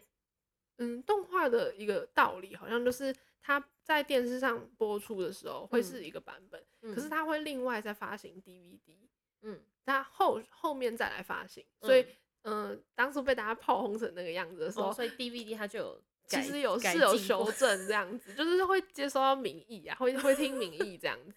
[SPEAKER 2] 嗯动画的一个道理，好像就是它在电视上播出的时候会是
[SPEAKER 3] 嗯
[SPEAKER 2] 一个版本，
[SPEAKER 3] 嗯
[SPEAKER 2] 可是它会另外再发行 DVD。
[SPEAKER 3] 嗯
[SPEAKER 2] 它后后面再来发行，所以
[SPEAKER 3] 嗯
[SPEAKER 2] 嗯、呃当初被大家炮轰成那个样子的时候，
[SPEAKER 3] 哦，所以 DVD 它就有
[SPEAKER 2] <laughs> 其
[SPEAKER 3] 改
[SPEAKER 2] 实有
[SPEAKER 3] 改
[SPEAKER 2] 是有
[SPEAKER 3] 进过
[SPEAKER 2] 修正这样子，就是会接收到民意啊，会会听民意这样子。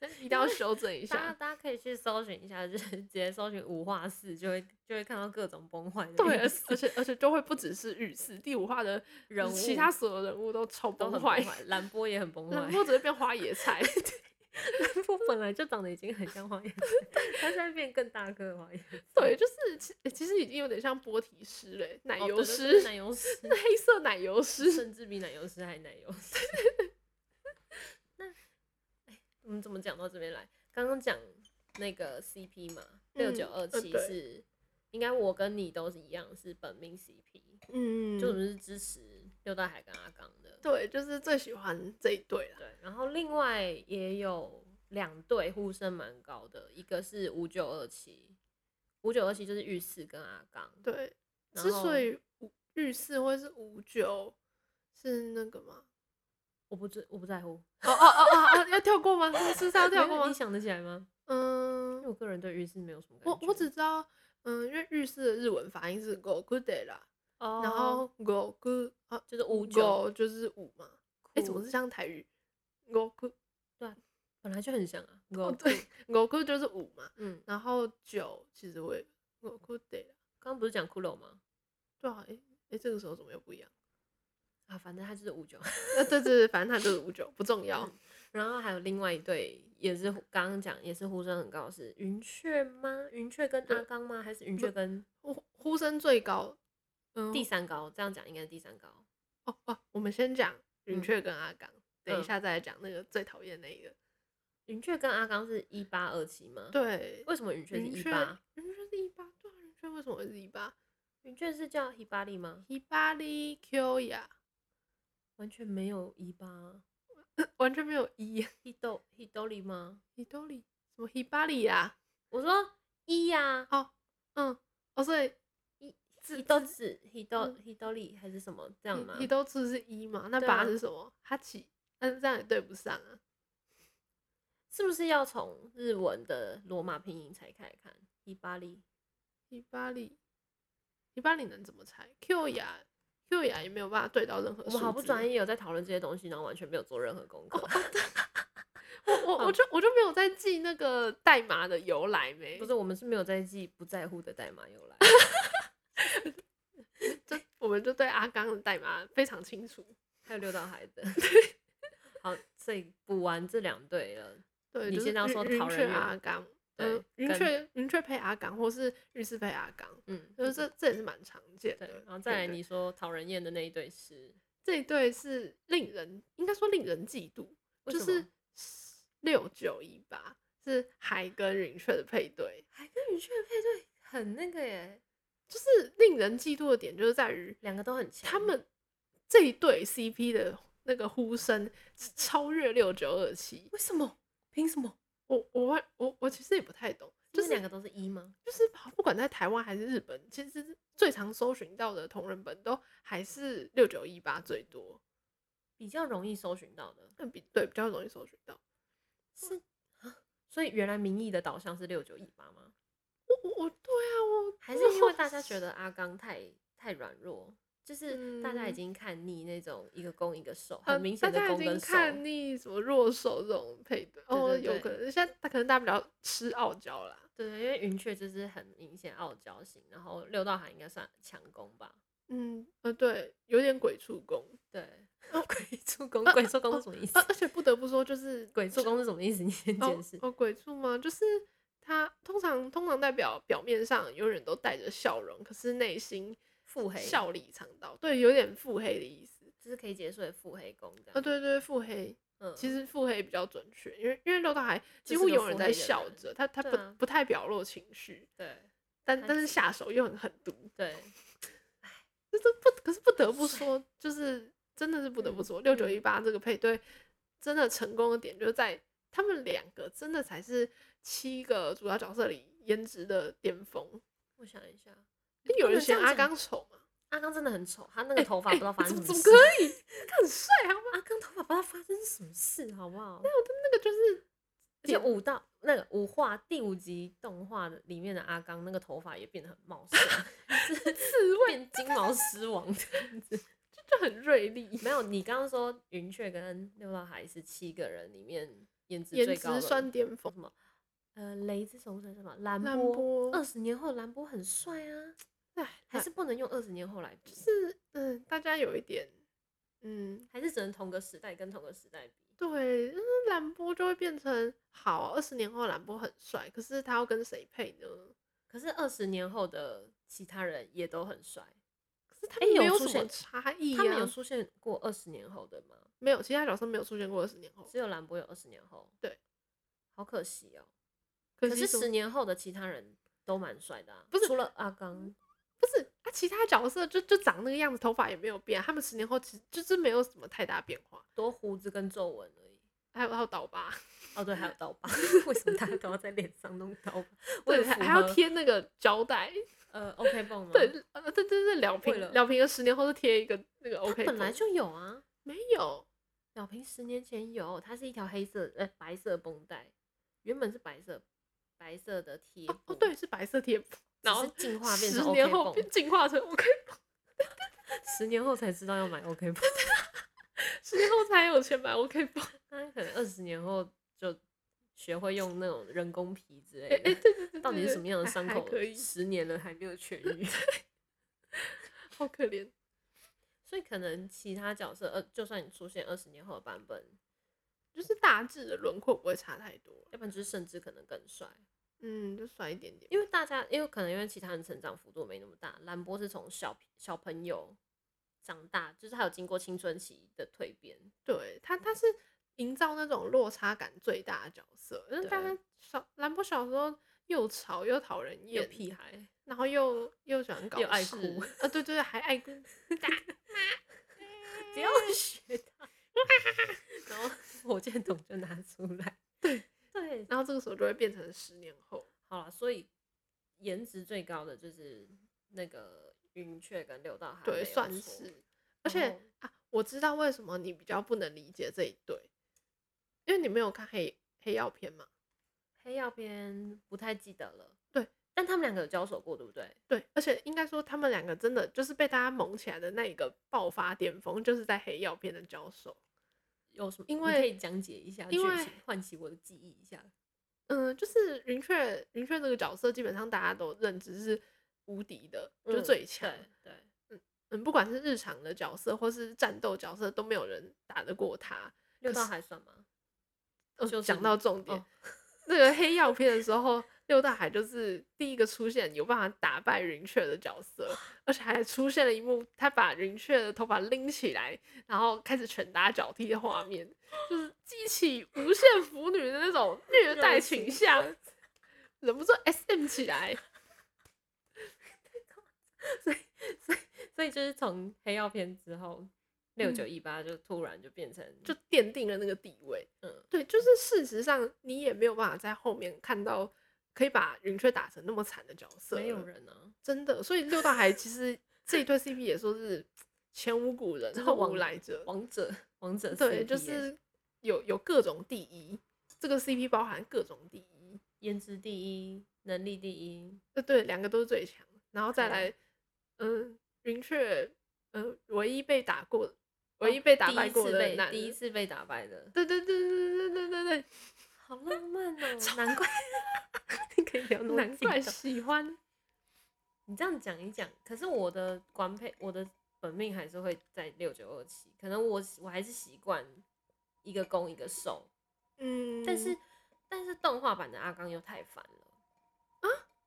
[SPEAKER 2] 但一定要修正一
[SPEAKER 3] 大家
[SPEAKER 2] 下。
[SPEAKER 3] 大家可以去搜寻一下，就是直接搜寻五画四，就会就会看到各种崩坏的
[SPEAKER 2] 对，
[SPEAKER 3] 例
[SPEAKER 2] 而
[SPEAKER 3] 子
[SPEAKER 2] 而且而且就会不只是御赐，第五话的
[SPEAKER 3] <laughs> 人物
[SPEAKER 2] 其他所有人物都超
[SPEAKER 3] 都很
[SPEAKER 2] 崩
[SPEAKER 3] 崩
[SPEAKER 2] 坏， <laughs>
[SPEAKER 3] 坏，蓝波也很崩坏
[SPEAKER 2] 然。后只会变花野菜。
[SPEAKER 3] 蓝 <laughs> 波本来就长得已经很像花椰子， <laughs> 他现在变更大个的花椰子，
[SPEAKER 2] <laughs> 对，就是其诶其实已经有点像波提师嘞，奶
[SPEAKER 3] 哦
[SPEAKER 2] 油
[SPEAKER 3] 对
[SPEAKER 2] 师，
[SPEAKER 3] 对对奶油师，
[SPEAKER 2] <laughs> 黑色奶油师。
[SPEAKER 3] 甚至比奶油师还奶油师。 <laughs> 那，哎，我们怎么讲到这边来？刚刚讲那个 CP 嘛，六九二
[SPEAKER 2] 呃
[SPEAKER 3] 七
[SPEAKER 2] 对
[SPEAKER 3] 是、应该我跟你都是一样是本命 CP，、
[SPEAKER 2] 嗯
[SPEAKER 3] 就我们是支持六大海跟阿刚的。
[SPEAKER 2] 对，就是最喜欢这一对了。
[SPEAKER 3] 对，然后另外也有两对呼声蛮高的，一个是五九二七，五九二七就是御赐跟阿刚，
[SPEAKER 2] 对，
[SPEAKER 3] 然
[SPEAKER 2] 之
[SPEAKER 3] 后
[SPEAKER 2] 所以五日式或是五九是那个
[SPEAKER 3] <laughs>
[SPEAKER 2] 吗？
[SPEAKER 3] 我不知我不在乎，
[SPEAKER 2] 哦哦哦哦哦，要跳过吗？是是要跳
[SPEAKER 3] 没有
[SPEAKER 2] 过
[SPEAKER 3] 你
[SPEAKER 2] 吗？
[SPEAKER 3] 想得起来吗？因
[SPEAKER 2] 嗯
[SPEAKER 3] 为，我个人对御赐没有什么感
[SPEAKER 2] 我
[SPEAKER 3] 觉，
[SPEAKER 2] 我只知道，嗯，因为日式的日文发音是 go good day 啦，
[SPEAKER 3] 哦
[SPEAKER 2] 然后 go good 啊
[SPEAKER 3] 就是五九，
[SPEAKER 2] go 就是五嘛，哎，怎么
[SPEAKER 3] 酷
[SPEAKER 2] 是像台语？go good
[SPEAKER 3] 本来就很像啊，
[SPEAKER 2] 哦
[SPEAKER 3] 我
[SPEAKER 2] 对，go <laughs> good 就是五嘛，
[SPEAKER 3] 嗯，
[SPEAKER 2] 然后九其实我也 go good day 啦，
[SPEAKER 3] 刚刚不是讲骷髅吗？
[SPEAKER 2] 对啊，哎哎，这个时候怎么又不一样？
[SPEAKER 3] 啊，反正他就是五九， <laughs>
[SPEAKER 2] 啊对对对，反正它就是五九，不重要。
[SPEAKER 3] 然后还有另外一对也是呼刚刚讲也是呼声很高，是云雀吗？云雀跟阿
[SPEAKER 2] 对
[SPEAKER 3] 刚吗？还是云雀跟
[SPEAKER 2] 呼呼声最高，嗯，
[SPEAKER 3] 第三高？这样讲应该是第三高。
[SPEAKER 2] 哦哦，我们先讲云
[SPEAKER 3] 嗯
[SPEAKER 2] 雀跟阿刚，等
[SPEAKER 3] 嗯
[SPEAKER 2] 一下再来讲那个最讨厌那一个。
[SPEAKER 3] 云雀跟阿刚是一八二七吗？，
[SPEAKER 2] 对，
[SPEAKER 3] 嗯为什么云雀是
[SPEAKER 2] 云
[SPEAKER 3] 一
[SPEAKER 2] 雀
[SPEAKER 3] 八？
[SPEAKER 2] 云雀是一八，对啊，云雀为什么会是一八？
[SPEAKER 3] 云雀是叫 Hibari 吗？
[SPEAKER 2] 一八里 Q 呀，
[SPEAKER 3] 完全没有一八
[SPEAKER 2] 完全没有一， <laughs>
[SPEAKER 3] ，Hido Hidori 吗？
[SPEAKER 2] 你兜里什么一八里呀？
[SPEAKER 3] 我说一呀、
[SPEAKER 2] 哦，嗯，哦，所以
[SPEAKER 3] 一
[SPEAKER 2] 字
[SPEAKER 3] Hido 子 Hido
[SPEAKER 2] 嗯
[SPEAKER 3] Hidori 还是什么这样吗
[SPEAKER 2] 你？你兜字是一嘛？那
[SPEAKER 3] 对
[SPEAKER 2] 八
[SPEAKER 3] 啊
[SPEAKER 2] 是什么？哈奇，但这样也对不上啊。
[SPEAKER 3] 是不是要从日文的罗马拼音拆开看？伊巴利
[SPEAKER 2] 一八里，一八里能怎么猜？Q 呀，Q 呀也没有办法对到任何数
[SPEAKER 3] 我
[SPEAKER 2] 字。
[SPEAKER 3] 们好不专业，哦有在讨论这些东西，然后完全没有做任何功课。
[SPEAKER 2] 我
[SPEAKER 3] 嗯
[SPEAKER 2] 我我就我就没有在记那个代码的由来没
[SPEAKER 3] <laughs> 不，是，我们是没有在记不在乎的代码由 <laughs> 来。
[SPEAKER 2] 就我们就对阿刚的代码非常清楚。
[SPEAKER 3] 还有六道海的。好，所以补完这两队了。
[SPEAKER 2] 对，
[SPEAKER 3] 你
[SPEAKER 2] 就是
[SPEAKER 3] 现在要
[SPEAKER 2] 云
[SPEAKER 3] 说
[SPEAKER 2] 云
[SPEAKER 3] 讨人
[SPEAKER 2] 雀
[SPEAKER 3] 缘
[SPEAKER 2] 阿刚，
[SPEAKER 3] 对
[SPEAKER 2] 嗯，云
[SPEAKER 3] 跟
[SPEAKER 2] 雀云雀配阿刚，或是日式配阿刚，
[SPEAKER 3] 嗯，
[SPEAKER 2] 就是这这也是蛮常见的
[SPEAKER 3] 对。，然后再来
[SPEAKER 2] 对
[SPEAKER 3] 你说讨人厌的那一对是
[SPEAKER 2] 这一对是令人应该说令人嫉妒，
[SPEAKER 3] 为
[SPEAKER 2] 就
[SPEAKER 3] 什么
[SPEAKER 2] 是六九一八是海跟云雀的配对，
[SPEAKER 3] 还跟宇轩配对很那个耶，
[SPEAKER 2] 就是令人嫉妒的点就是在于
[SPEAKER 3] 两个都很强。
[SPEAKER 2] 他们这一对 CP 的那个呼声是超越六九二七。
[SPEAKER 3] 为什么？凭什么？
[SPEAKER 2] 我我完我我其实也不太懂，
[SPEAKER 3] 就
[SPEAKER 2] 就是是
[SPEAKER 3] 两个都是一吗？
[SPEAKER 2] 就是不管在台湾还是日本，其实最常搜寻到的同人本都还是六九一八最多，
[SPEAKER 3] 比较容易搜寻到的
[SPEAKER 2] 那比对比较容易搜寻到。
[SPEAKER 3] 是啊，所以原来民意的导向是六九一八吗？
[SPEAKER 2] 我我我对啊，我
[SPEAKER 3] 还是因为大
[SPEAKER 2] <laughs>
[SPEAKER 3] 家觉得阿刚太太软弱，就是大家已
[SPEAKER 2] 嗯
[SPEAKER 3] 经看腻那种一个攻一个守，
[SPEAKER 2] 呃
[SPEAKER 3] 很明显的
[SPEAKER 2] 大家已
[SPEAKER 3] 攻跟
[SPEAKER 2] 经
[SPEAKER 3] 守。
[SPEAKER 2] 看腻什么弱手这种配对，哦，
[SPEAKER 3] 对对
[SPEAKER 2] 有可能现在可能大家比较吃傲娇啦。
[SPEAKER 3] 对，因为云雀就是很明显傲娇型，然后六道海应该算强攻吧？
[SPEAKER 2] 嗯，呃，对，有点鬼畜攻，
[SPEAKER 3] 对，
[SPEAKER 2] <laughs> 哦
[SPEAKER 3] 鬼畜攻，
[SPEAKER 2] 呃
[SPEAKER 3] 鬼畜攻是什么意思
[SPEAKER 2] 而、？而且不得不说，就是
[SPEAKER 3] 鬼畜攻是什么意思？你先解
[SPEAKER 2] 哦
[SPEAKER 3] 释。
[SPEAKER 2] 哦，鬼畜吗？就是他通常通常代表表面上永远都带着笑容，可是内心
[SPEAKER 3] 腹黑
[SPEAKER 2] 笑里藏刀，对，有点腹黑的意思。
[SPEAKER 3] 就是可以结束为腹黑攻这样。
[SPEAKER 2] 啊，，对对，腹黑，
[SPEAKER 3] 嗯，
[SPEAKER 2] 其实腹黑比较准确，因为因为六道海几
[SPEAKER 3] 这是
[SPEAKER 2] 乎
[SPEAKER 3] 个
[SPEAKER 2] 有
[SPEAKER 3] 腹
[SPEAKER 2] 人
[SPEAKER 3] 黑
[SPEAKER 2] 在
[SPEAKER 3] 的
[SPEAKER 2] 笑
[SPEAKER 3] 人
[SPEAKER 2] 着，他他
[SPEAKER 3] 对
[SPEAKER 2] 不
[SPEAKER 3] 啊
[SPEAKER 2] 不太表露情绪，
[SPEAKER 3] 对
[SPEAKER 2] 但
[SPEAKER 3] 他
[SPEAKER 2] 但是
[SPEAKER 3] 其
[SPEAKER 2] 下手又很狠毒， <laughs>
[SPEAKER 3] 对，
[SPEAKER 2] 这不，可是不得不说，就是真的是不得不
[SPEAKER 3] 嗯
[SPEAKER 2] 说，六九一八这个配对真的成功的点就在他们两个真的才是七个主要角色里颜值的巅峰。
[SPEAKER 3] 我想一下，
[SPEAKER 2] 诶有
[SPEAKER 3] 不能
[SPEAKER 2] 人
[SPEAKER 3] 这
[SPEAKER 2] 嫌
[SPEAKER 3] 样
[SPEAKER 2] 阿
[SPEAKER 3] 讲
[SPEAKER 2] 刚丑
[SPEAKER 3] <laughs>
[SPEAKER 2] 吗？
[SPEAKER 3] 阿刚真的很丑，他那个头发不知道发
[SPEAKER 2] 怎
[SPEAKER 3] 生
[SPEAKER 2] 么哎
[SPEAKER 3] 什
[SPEAKER 2] 怎么
[SPEAKER 3] 事
[SPEAKER 2] 可以？他很帅啊！
[SPEAKER 3] 阿刚头发不知道发生什么事，好不好？
[SPEAKER 2] 那个就是
[SPEAKER 3] 而且五到那个五话第五集动画的里面的阿刚，那 <laughs> 个头发也变得很茂盛，是
[SPEAKER 2] 刺猬，
[SPEAKER 3] 变金毛狮王这样子。
[SPEAKER 2] 就很锐利，
[SPEAKER 3] 没有，你刚刚说云雀跟六道海是七个人里面颜值
[SPEAKER 2] 颜
[SPEAKER 3] 最高
[SPEAKER 2] 值
[SPEAKER 3] 的，
[SPEAKER 2] 算巅峰。
[SPEAKER 3] 什么？呃，雷之手算什么？兰
[SPEAKER 2] 兰
[SPEAKER 3] 波。
[SPEAKER 2] 波
[SPEAKER 3] 二十年后兰波很帅啊，
[SPEAKER 2] 哎，
[SPEAKER 3] 还是不能用二十年后来比，
[SPEAKER 2] 是嗯，大家有一点嗯，
[SPEAKER 3] 还是只能同个时代跟同个时代比。
[SPEAKER 2] 对，就是兰波就会变成好，二十年后兰波很帅，可是他要跟谁配呢？
[SPEAKER 3] 可是二十年后的其他人也都很帅，
[SPEAKER 2] 可是他
[SPEAKER 3] 哎
[SPEAKER 2] 们没
[SPEAKER 3] 有
[SPEAKER 2] 什
[SPEAKER 3] 出
[SPEAKER 2] 么
[SPEAKER 3] 现
[SPEAKER 2] 差异
[SPEAKER 3] 他们
[SPEAKER 2] 呀、
[SPEAKER 3] 有
[SPEAKER 2] 啊，
[SPEAKER 3] 出现过二十年后的吗？
[SPEAKER 2] 没有，其他角色没有出现过二十年后，
[SPEAKER 3] 只有兰博有二十年后，
[SPEAKER 2] 对，
[SPEAKER 3] 好可惜哦。
[SPEAKER 2] 可
[SPEAKER 3] 可
[SPEAKER 2] 惜
[SPEAKER 3] 是
[SPEAKER 2] 什
[SPEAKER 3] 十
[SPEAKER 2] 么
[SPEAKER 3] 年后的其他人都蛮帅的、啊，
[SPEAKER 2] 不是
[SPEAKER 3] 除了阿刚，
[SPEAKER 2] 不是啊，其他角色就就长那个样子，头发也没有变，他们十年后其实就是没有什么太大变化，
[SPEAKER 3] 多胡子跟皱纹而已。
[SPEAKER 2] 还有还有刀疤， <laughs>
[SPEAKER 3] 哦，对，还有刀疤， <laughs> 为什么大家都要在脸上弄刀疤？为
[SPEAKER 2] 对，
[SPEAKER 3] 了
[SPEAKER 2] 还
[SPEAKER 3] 符
[SPEAKER 2] 还要
[SPEAKER 3] 合
[SPEAKER 2] 贴那个胶带，
[SPEAKER 3] 呃 OK <laughs> 绷吗？
[SPEAKER 2] 对，呃，对对对，两
[SPEAKER 3] 为
[SPEAKER 2] 瓶
[SPEAKER 3] 了
[SPEAKER 2] 两瓶的十年后就贴一个那个 OK，
[SPEAKER 3] 本来
[SPEAKER 2] 绷
[SPEAKER 3] 就有啊。
[SPEAKER 2] 没有，
[SPEAKER 3] 小平十年前有，它是一条黑色呃白色绷带，原本是白色白色的贴
[SPEAKER 2] 哦
[SPEAKER 3] 布
[SPEAKER 2] 哦，对，，是白色贴布，然后
[SPEAKER 3] 只是进化变
[SPEAKER 2] 十
[SPEAKER 3] 成 OK
[SPEAKER 2] 年后
[SPEAKER 3] 绷
[SPEAKER 2] 变进化成 OK 绷，
[SPEAKER 3] 十年后才知道要买 OK 绷， <laughs>
[SPEAKER 2] 十年后才有钱买 OK 绷。
[SPEAKER 3] 那可能二十年后就学会用那种人工皮之类
[SPEAKER 2] 哎、哎，
[SPEAKER 3] 的。
[SPEAKER 2] 对对对，
[SPEAKER 3] 到底是
[SPEAKER 2] 对
[SPEAKER 3] 什么样的伤
[SPEAKER 2] 还还
[SPEAKER 3] 口
[SPEAKER 2] 可以？，
[SPEAKER 3] 十年了还没有痊
[SPEAKER 2] <laughs>
[SPEAKER 3] 愈，
[SPEAKER 2] 好可怜。
[SPEAKER 3] 所以可能其他角色呃，就算你出现二十年后的版本，
[SPEAKER 2] 就是大致的轮廓不会差太多，
[SPEAKER 3] 要不然就是甚至可能更帅，
[SPEAKER 2] 嗯，就甩一点点。
[SPEAKER 3] 因为大家因为可能因为其他人成长幅度没那么大，兰波是从小小朋友长大，就是还有经过青春期的蜕变，
[SPEAKER 2] 对他，他是营造那种落差感最大的角色。因为大
[SPEAKER 3] 对
[SPEAKER 2] 家小兰博小时候又吵又讨人
[SPEAKER 3] 有
[SPEAKER 2] 厌，
[SPEAKER 3] 屁孩，
[SPEAKER 2] 然后又又喜
[SPEAKER 3] <laughs>
[SPEAKER 2] 欢搞
[SPEAKER 3] 又爱
[SPEAKER 2] 事
[SPEAKER 3] 哭
[SPEAKER 2] 啊，对对对，还爱
[SPEAKER 3] <laughs>
[SPEAKER 2] 哭。<laughs>
[SPEAKER 3] 不要学他。然后火箭筒就拿出来，对对，
[SPEAKER 2] 然后这个时候就会变成十年后，
[SPEAKER 3] 好了，所以颜值最高的就是那个云雀跟六道海，
[SPEAKER 2] 对，算是。而
[SPEAKER 3] 然
[SPEAKER 2] 且
[SPEAKER 3] 后
[SPEAKER 2] 啊，我知道为什么你比较不能理解这一对，因为你没有看黑黑曜片嘛。
[SPEAKER 3] 黑曜边不太记得了，
[SPEAKER 2] 对，
[SPEAKER 3] 但他们两个有交手过，对不对？
[SPEAKER 2] 对，而且应该说他们两个真的就是被大家萌起来的那一个爆发巅峰，就是在黑曜变的交手。
[SPEAKER 3] 有什么？
[SPEAKER 2] 因
[SPEAKER 3] 你
[SPEAKER 2] 为
[SPEAKER 3] 可以讲解一下剧
[SPEAKER 2] 因为
[SPEAKER 3] 情，唤起我的记忆一下。
[SPEAKER 2] 嗯，就是云雀，云雀这个角色基本上大家都认知是无敌的，就是
[SPEAKER 3] 嗯
[SPEAKER 2] 最强。
[SPEAKER 3] 对对，
[SPEAKER 2] 嗯，不管是日常的角色或是战斗角色，都没有人打得过他。
[SPEAKER 3] 六道海算吗？ <laughs>
[SPEAKER 2] 哦
[SPEAKER 3] 就是
[SPEAKER 2] 讲到重点，
[SPEAKER 3] 哦
[SPEAKER 2] 那个黑曜篇的时候，六大海就是第一个出现有办法打败云雀的角色，而且还出现了一幕他把云雀的头发拎起来，然后开始拳打脚踢的画面，就是激起无限腐女的那
[SPEAKER 3] <laughs>
[SPEAKER 2] 种虐待倾向，
[SPEAKER 3] 啊
[SPEAKER 2] 忍不住 S M 起来。
[SPEAKER 3] <laughs> 所以就是从黑曜片之后，六九一八就突然就变成
[SPEAKER 2] 嗯就奠定了那个地位。
[SPEAKER 3] 嗯
[SPEAKER 2] 嗯，对，就是事实上你也没有办法在后面看到可以把云雀打成那么惨的角色了，
[SPEAKER 3] 没有人啊，
[SPEAKER 2] 真的。所以六大海其实这一对 CP 也说是前无古人
[SPEAKER 3] 真的
[SPEAKER 2] 后
[SPEAKER 3] 王
[SPEAKER 2] 无来者，
[SPEAKER 3] 王者王
[SPEAKER 2] <laughs>
[SPEAKER 3] 者
[SPEAKER 2] 对，
[SPEAKER 3] 4D
[SPEAKER 2] 就
[SPEAKER 3] 耶
[SPEAKER 2] 是有有各种第一，这个 CP 包含各种第一，
[SPEAKER 3] 颜值第一，能力第一，
[SPEAKER 2] 呃，对，两个都是最强，然后再
[SPEAKER 3] 对
[SPEAKER 2] 来，嗯，云雀，呃，唯一被打过，唯一被打
[SPEAKER 3] 哦第一
[SPEAKER 2] 败
[SPEAKER 3] 次
[SPEAKER 2] 过的
[SPEAKER 3] 被
[SPEAKER 2] 男人，
[SPEAKER 3] 第一次被打败的，
[SPEAKER 2] 对对对对对对对
[SPEAKER 3] <laughs>
[SPEAKER 2] 对。
[SPEAKER 3] 好浪漫
[SPEAKER 2] <laughs>
[SPEAKER 3] 哦，难怪你可以聊那么
[SPEAKER 2] 难怪
[SPEAKER 3] 激动
[SPEAKER 2] 喜欢。
[SPEAKER 3] 你这样讲一讲，可是我的官配，我的本命还是会在六九二七，可能我我还是习惯一个攻一个受，
[SPEAKER 2] 嗯
[SPEAKER 3] 但是但是动画版的阿刚又太烦了。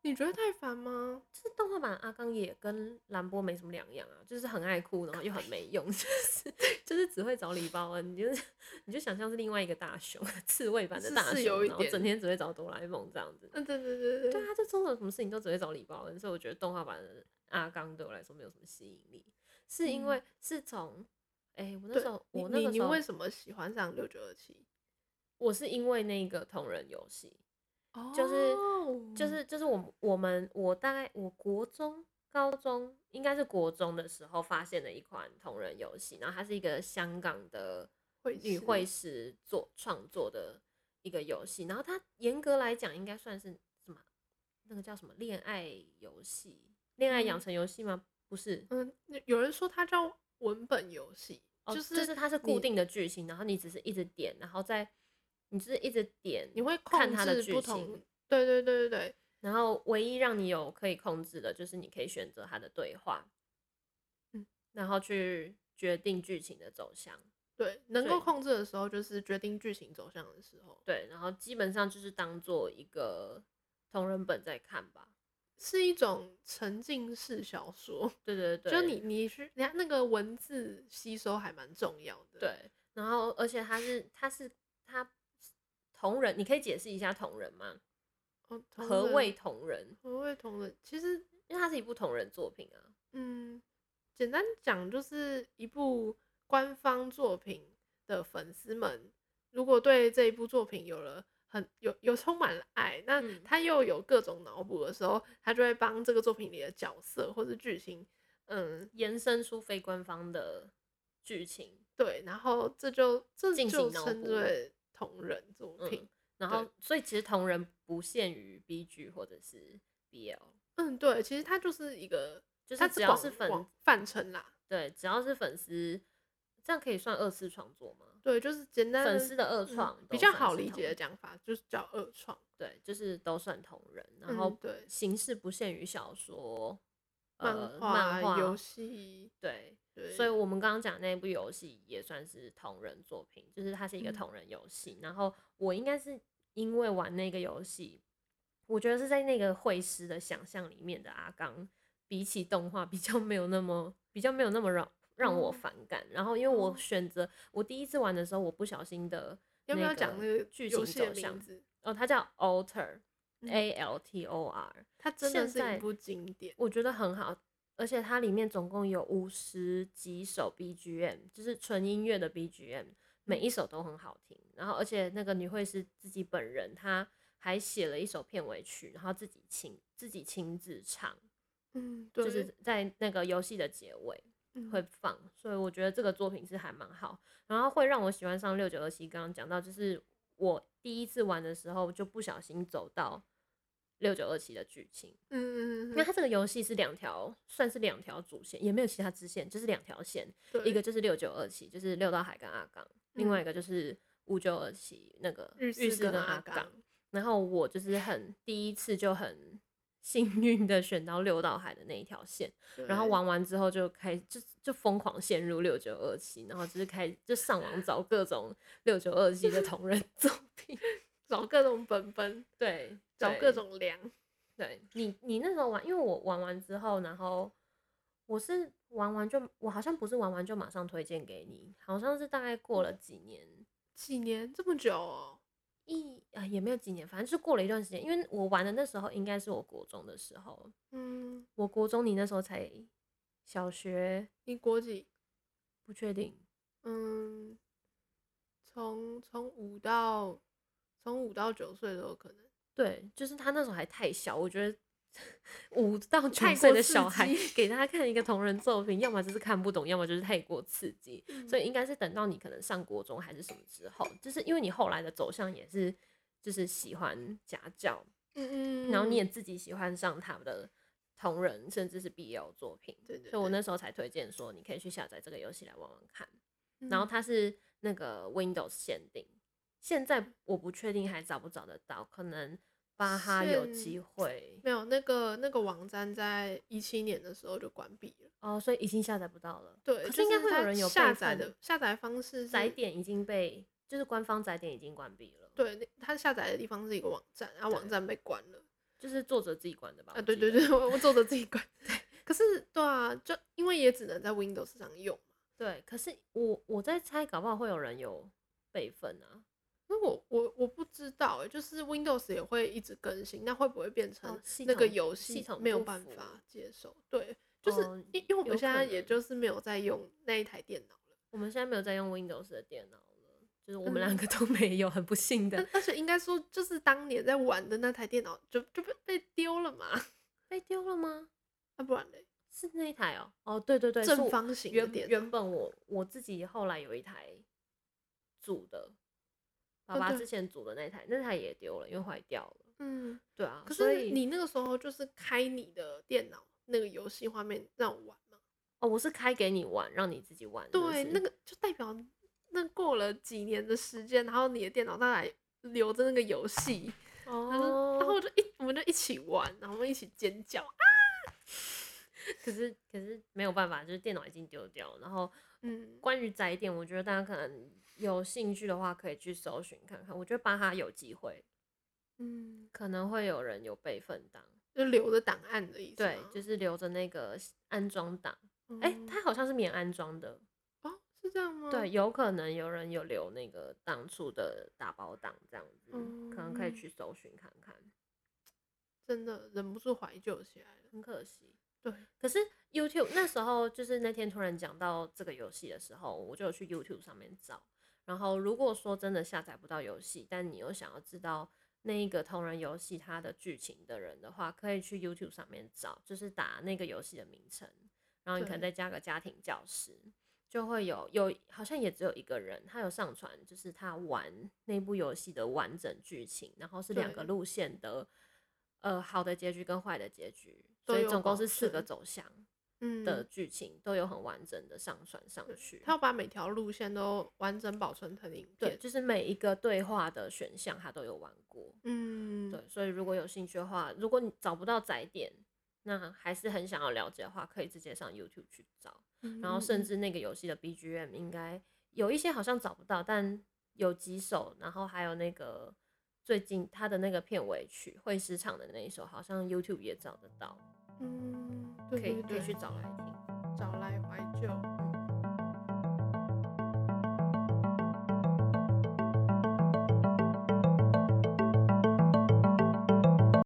[SPEAKER 2] 你觉得太烦吗？
[SPEAKER 3] 就是动画版阿刚也跟兰波没什么两样啊，就是很爱哭，然后又很没用， <laughs> 就是就是只会找李包恩，你就是你就想象是另外一个大熊，刺猬版的
[SPEAKER 2] 是
[SPEAKER 3] 大
[SPEAKER 2] 是
[SPEAKER 3] 熊，
[SPEAKER 2] 有一
[SPEAKER 3] 然后整
[SPEAKER 2] 点
[SPEAKER 3] 天只会找哆啦 A 梦这样子。
[SPEAKER 2] 嗯，对对对对
[SPEAKER 3] 对啊，就做了什么事情都只会找李包恩，所以我觉得动画版的阿刚对我来说没有什么吸引力，是因为是从哎、我那时候
[SPEAKER 2] 嗯你
[SPEAKER 3] 我那
[SPEAKER 2] 你
[SPEAKER 3] 个
[SPEAKER 2] 你
[SPEAKER 3] 时候
[SPEAKER 2] 为什么喜欢上六九二七？
[SPEAKER 3] 我是因为那个同人游戏，
[SPEAKER 2] 哦
[SPEAKER 3] 就是就是就是我们我们我大概我国中、高中应该是国中的时候发现的一款同人游戏，然后它是一个香港的
[SPEAKER 2] 会
[SPEAKER 3] 女
[SPEAKER 2] 师
[SPEAKER 3] 绘师做创作的一个游戏，然后它严格来讲应该算是什么？那个叫什么恋爱游戏？恋爱
[SPEAKER 2] 嗯
[SPEAKER 3] 养成游戏吗？不是，
[SPEAKER 2] 嗯，有人说它叫文本游戏，
[SPEAKER 3] 哦，
[SPEAKER 2] 就
[SPEAKER 3] 就是是它是
[SPEAKER 2] 你
[SPEAKER 3] 固定的剧情，然后你只是一直点，然后再你就是一直点，
[SPEAKER 2] 你会
[SPEAKER 3] 看
[SPEAKER 2] 控
[SPEAKER 3] 它的
[SPEAKER 2] 制
[SPEAKER 3] 剧
[SPEAKER 2] 不
[SPEAKER 3] 情
[SPEAKER 2] 同。对对对对对，
[SPEAKER 3] 然后唯一让你有可以控制的，就是你可以选择它的对话，
[SPEAKER 2] 嗯，
[SPEAKER 3] 然后去决定剧情的走向。
[SPEAKER 2] 对，能
[SPEAKER 3] 所以
[SPEAKER 2] 够控制的时候就是决定剧情走向的时候，
[SPEAKER 3] 对，然后基本上就是当做一个同人本在看吧。
[SPEAKER 2] 是一种沉浸式小说，
[SPEAKER 3] 对对对，
[SPEAKER 2] 就你你是你看那个文字吸收还蛮重要的。，
[SPEAKER 3] 对，然后而且它是它是它同人，你可以解释一下同人吗？
[SPEAKER 2] 哦，同
[SPEAKER 3] 何
[SPEAKER 2] 人
[SPEAKER 3] 谓同人？
[SPEAKER 2] 何谓同人？其实
[SPEAKER 3] 因为它是一部同人作品啊。
[SPEAKER 2] 嗯，简单讲就是一部官方作品的粉丝们，如果对这一部作品有了很有有充满了爱，那
[SPEAKER 3] 嗯
[SPEAKER 2] 他又有各种脑补的时候，他就会帮这个作品里的角色或是剧情，嗯，
[SPEAKER 3] 延伸出非官方的剧情，
[SPEAKER 2] 对，然后这就这
[SPEAKER 3] 进
[SPEAKER 2] 就
[SPEAKER 3] 行脑
[SPEAKER 2] 称之
[SPEAKER 3] 补
[SPEAKER 2] 为同人作品
[SPEAKER 3] 嗯。，然后所以其实同人不限于 B G 或者是 B L，
[SPEAKER 2] 嗯对，其实它就是一个，
[SPEAKER 3] 就
[SPEAKER 2] 它
[SPEAKER 3] 是只要
[SPEAKER 2] 广
[SPEAKER 3] 是粉
[SPEAKER 2] 广泛称啦，
[SPEAKER 3] 对，只要是粉丝，这样可以算二次创作吗？
[SPEAKER 2] 对，就是简单
[SPEAKER 3] 粉
[SPEAKER 2] 的
[SPEAKER 3] 丝的二
[SPEAKER 2] 嗯
[SPEAKER 3] 创、
[SPEAKER 2] 比较好理解的，讲法，就是叫二创。
[SPEAKER 3] 对，就是都算同人，然后
[SPEAKER 2] 嗯对
[SPEAKER 3] 形式不限于小说、呃
[SPEAKER 2] 漫啊
[SPEAKER 3] 漫画、
[SPEAKER 2] 游，戏，
[SPEAKER 3] 对。
[SPEAKER 2] 对，
[SPEAKER 3] 所以我们刚刚讲那部游戏也算是同人作品，就是它是一个
[SPEAKER 2] 嗯
[SPEAKER 3] 同人游戏。然后我应该是因为玩那个游戏，我觉得是在那个绘师的想象里面的阿刚，比起动画比较没有那么比较没有那么让让我
[SPEAKER 2] 哦
[SPEAKER 3] 反感。然后因为我
[SPEAKER 2] 哦
[SPEAKER 3] 选择我第一次玩的时候，我不小心的
[SPEAKER 2] 要不要讲那个
[SPEAKER 3] 剧情
[SPEAKER 2] 游戏
[SPEAKER 3] 走
[SPEAKER 2] 的名
[SPEAKER 3] 向？
[SPEAKER 2] 字？
[SPEAKER 3] 哦，它叫 Alter。
[SPEAKER 2] 嗯
[SPEAKER 3] A L T O R，
[SPEAKER 2] 它真的
[SPEAKER 3] 现
[SPEAKER 2] 是
[SPEAKER 3] 在
[SPEAKER 2] 一部经典，
[SPEAKER 3] 我觉得很好，而且它里面总共有五十几首 BGM，就是纯音乐的 BGM，每一首都很好听。然后，而且那个女会是自己本人，她还写了一首片尾曲，然后自己亲自己亲自唱，
[SPEAKER 2] 嗯，对，
[SPEAKER 3] 就是在那个游戏的结尾
[SPEAKER 2] 嗯
[SPEAKER 3] 会放。所以我觉得这个作品是还蛮好，然后会让我喜欢上六九二七。刚刚讲到，就是我第一次玩的时候就不小心走到六九二七的剧情。
[SPEAKER 2] 嗯嗯嗯
[SPEAKER 3] 那
[SPEAKER 2] 嗯
[SPEAKER 3] 它这个游戏是两条，算是两条主线，也没有其他支线，就是两条线，
[SPEAKER 2] 嗯，
[SPEAKER 3] 一
[SPEAKER 2] 对
[SPEAKER 3] 个
[SPEAKER 2] 嗯
[SPEAKER 3] 就是六九二七，就是六道海跟阿刚，另外一个就是五九二七那个
[SPEAKER 2] 日
[SPEAKER 3] 式
[SPEAKER 2] 式跟
[SPEAKER 3] 阿
[SPEAKER 2] 阿
[SPEAKER 3] 刚。，然后我就是很第一次就很 <laughs> 幸运的选到六道海的那一条线，然后
[SPEAKER 2] 对
[SPEAKER 3] 玩完之后就开就就疯狂陷入六九二七，然后就是开就上网找各种六九二七的同人作
[SPEAKER 2] <laughs>
[SPEAKER 3] 品，
[SPEAKER 2] 找各种本本，
[SPEAKER 3] 对，
[SPEAKER 2] 找
[SPEAKER 3] 对
[SPEAKER 2] 各种粮，
[SPEAKER 3] 对你，你那时候玩，因为我玩完之后，然后我是玩完就，我好像不是玩完就马上推荐给你，好像是大概过了几年，
[SPEAKER 2] 几年这么久哦，
[SPEAKER 3] 一啊、也没有几年，反正就是过了一段时间。因为我玩的那时候应该是我国中的时候，
[SPEAKER 2] 嗯，
[SPEAKER 3] 我国中你那时候才小学，
[SPEAKER 2] 你国几？
[SPEAKER 3] 不确定，
[SPEAKER 2] 嗯，从从五到从五到九岁都有可能，
[SPEAKER 3] 对，就是他那时候还太小，我觉得 <laughs> 五
[SPEAKER 2] <laughs>
[SPEAKER 3] 到九
[SPEAKER 2] 太
[SPEAKER 3] 岁
[SPEAKER 2] 过
[SPEAKER 3] 的
[SPEAKER 2] 刺
[SPEAKER 3] 小孩
[SPEAKER 2] 激 <laughs>
[SPEAKER 3] 给他看一个同人作品，要么就是看不懂，要么就是太过刺激，所
[SPEAKER 2] 嗯
[SPEAKER 3] 以应该是等到你可能上国中还是什么之后，就是因为你后来的走向也是就是喜欢家教，
[SPEAKER 2] 嗯嗯，
[SPEAKER 3] 然后你也
[SPEAKER 2] 嗯
[SPEAKER 3] 自己喜欢上他们的同人甚至是 BL 作品，
[SPEAKER 2] 对对
[SPEAKER 3] 所以我
[SPEAKER 2] 对
[SPEAKER 3] 那时候才推荐说你可以去下载这个游戏来玩玩看。然后
[SPEAKER 2] 嗯
[SPEAKER 3] 它是那个 Windows 限定，现在我不确定还找不找得到，可能巴哈有
[SPEAKER 2] 现
[SPEAKER 3] 机会
[SPEAKER 2] 没有那个那个网站在一七年的时候就关闭了。
[SPEAKER 3] 哦，所以已经下载不到了。
[SPEAKER 2] 对，
[SPEAKER 3] 可
[SPEAKER 2] 就是
[SPEAKER 3] 应该
[SPEAKER 2] 是
[SPEAKER 3] 会
[SPEAKER 2] 它
[SPEAKER 3] 有人有
[SPEAKER 2] 下
[SPEAKER 3] 备
[SPEAKER 2] 载
[SPEAKER 3] 份
[SPEAKER 2] 的下载方式
[SPEAKER 3] 载
[SPEAKER 2] 是，
[SPEAKER 3] 点已经被，就是官方载点已经关闭了，，
[SPEAKER 2] 对，那它下载的地方是一个网站，然后网
[SPEAKER 3] 对
[SPEAKER 2] 站被关了
[SPEAKER 3] 就是作者自己关的吧？
[SPEAKER 2] 啊，
[SPEAKER 3] 我
[SPEAKER 2] 对
[SPEAKER 3] 记
[SPEAKER 2] 对
[SPEAKER 3] 得
[SPEAKER 2] 对，我我做的自己关。可是对啊，就因为也只能在 Windows 上用嘛，
[SPEAKER 3] 对。可是我我在猜，搞不好会有人有备份啊。
[SPEAKER 2] 那我我我不知道哎、就是 Windows 也会一直更新，那会不会变成
[SPEAKER 3] 哦系
[SPEAKER 2] 那个
[SPEAKER 3] 统
[SPEAKER 2] 游
[SPEAKER 3] 系
[SPEAKER 2] 戏
[SPEAKER 3] 统
[SPEAKER 2] 没有
[SPEAKER 3] 不
[SPEAKER 2] 办
[SPEAKER 3] 符
[SPEAKER 2] 法接受？对，就是
[SPEAKER 3] 哦
[SPEAKER 2] 因因为我
[SPEAKER 3] 有
[SPEAKER 2] 们现在
[SPEAKER 3] 可
[SPEAKER 2] 也
[SPEAKER 3] 能
[SPEAKER 2] 就是没有在用那一台电脑了，
[SPEAKER 3] 我们现在没有在用 Windows 的电脑了，就是我们
[SPEAKER 2] 嗯
[SPEAKER 3] 两个都没有，很不幸的
[SPEAKER 2] 但而且应该说就是当年在玩的那台电脑就就被被丢了嘛， <laughs>
[SPEAKER 3] 被丢了吗？
[SPEAKER 2] 那、不然嘞，
[SPEAKER 3] 是那一台哦，哦，对对对，是
[SPEAKER 2] 正
[SPEAKER 3] 我
[SPEAKER 2] 方形的
[SPEAKER 3] 原
[SPEAKER 2] 电脑
[SPEAKER 3] 原本我我自己后来有一台组的，爸
[SPEAKER 2] 哦
[SPEAKER 3] 爸
[SPEAKER 2] 对
[SPEAKER 3] 之前组的那台，那台也丢了，因为坏掉了。
[SPEAKER 2] 嗯。
[SPEAKER 3] 对啊，
[SPEAKER 2] 可
[SPEAKER 3] 所
[SPEAKER 2] 是
[SPEAKER 3] 以
[SPEAKER 2] 你那个时候就是开你的电脑那个游戏画面让我玩嘛？
[SPEAKER 3] 哦，我是开给你玩，让你自己玩。
[SPEAKER 2] 对，那
[SPEAKER 3] 个
[SPEAKER 2] 个就代表那过了几年的时间，然后你的电脑再来留着那个游
[SPEAKER 3] <laughs>
[SPEAKER 2] 戏，然后就
[SPEAKER 3] 哦，
[SPEAKER 2] 然后我就一我们就一起玩，然后我们一起尖叫。啊
[SPEAKER 3] 可是可是没有办法，就是电脑已经丢掉。然后
[SPEAKER 2] 嗯，
[SPEAKER 3] 关于宅点，我觉得大家可能有兴趣的话，可以去搜寻看看。我觉得巴哈有机会，
[SPEAKER 2] 嗯，
[SPEAKER 3] 可能会有人有备份档，
[SPEAKER 2] 就留着档案的意思
[SPEAKER 3] 对
[SPEAKER 2] 吗。，
[SPEAKER 3] 就是留着那个安装档。
[SPEAKER 2] 嗯，
[SPEAKER 3] 哎、它好像是免安装的，
[SPEAKER 2] 哦，是这样吗？
[SPEAKER 3] 对，，有可能有人有留那个当初的打包档这样子，可能可以
[SPEAKER 2] 嗯
[SPEAKER 3] 去搜寻看看。
[SPEAKER 2] 真的忍不住怀旧起来了。
[SPEAKER 3] 很可惜，
[SPEAKER 2] 对，
[SPEAKER 3] 可是 YouTube 那时候就是那天突然讲到这个游戏的时候，我就有去 YouTube 上面找。然后如果说真的下载不到游戏，但你又想要知道那一个同人游戏它的剧情的人的话，可以去 YouTube 上面找，就是打那个游戏的名称，然后你可能
[SPEAKER 2] 对
[SPEAKER 3] 再加个家庭教师，就会有有好像也只有一个人，他有上传，就是他玩那部游戏的完整剧情，然后是两个
[SPEAKER 2] 对
[SPEAKER 3] 路线的，呃，好的结局跟坏的结局，
[SPEAKER 2] 都
[SPEAKER 3] 所以
[SPEAKER 2] 有
[SPEAKER 3] 总共
[SPEAKER 2] 保
[SPEAKER 3] 是四个
[SPEAKER 2] 存
[SPEAKER 3] 走向
[SPEAKER 2] 嗯
[SPEAKER 3] 的剧情、都有很完整的上传上去
[SPEAKER 2] 他。要把每条路线都完整保存成影
[SPEAKER 3] 对，
[SPEAKER 2] 片。
[SPEAKER 3] 就是每一个对话的选项他都有玩过。
[SPEAKER 2] 嗯，
[SPEAKER 3] 对，所以如果有兴趣的话，如果你找不到载点，那还是很想要了解的话，可以直接上 YouTube 去找。
[SPEAKER 2] 嗯，
[SPEAKER 3] 然后甚
[SPEAKER 2] 嗯
[SPEAKER 3] 至那个游戏的 BGM 应该有一些好像找不到，但有几首，然后还有那个最近它的那个片尾曲《会市场》的那一首，好像 YouTube 也找得到，
[SPEAKER 2] 嗯，对
[SPEAKER 3] 可以
[SPEAKER 2] 对
[SPEAKER 3] 可以
[SPEAKER 2] 对
[SPEAKER 3] 去找来听。
[SPEAKER 2] 找来怀旧。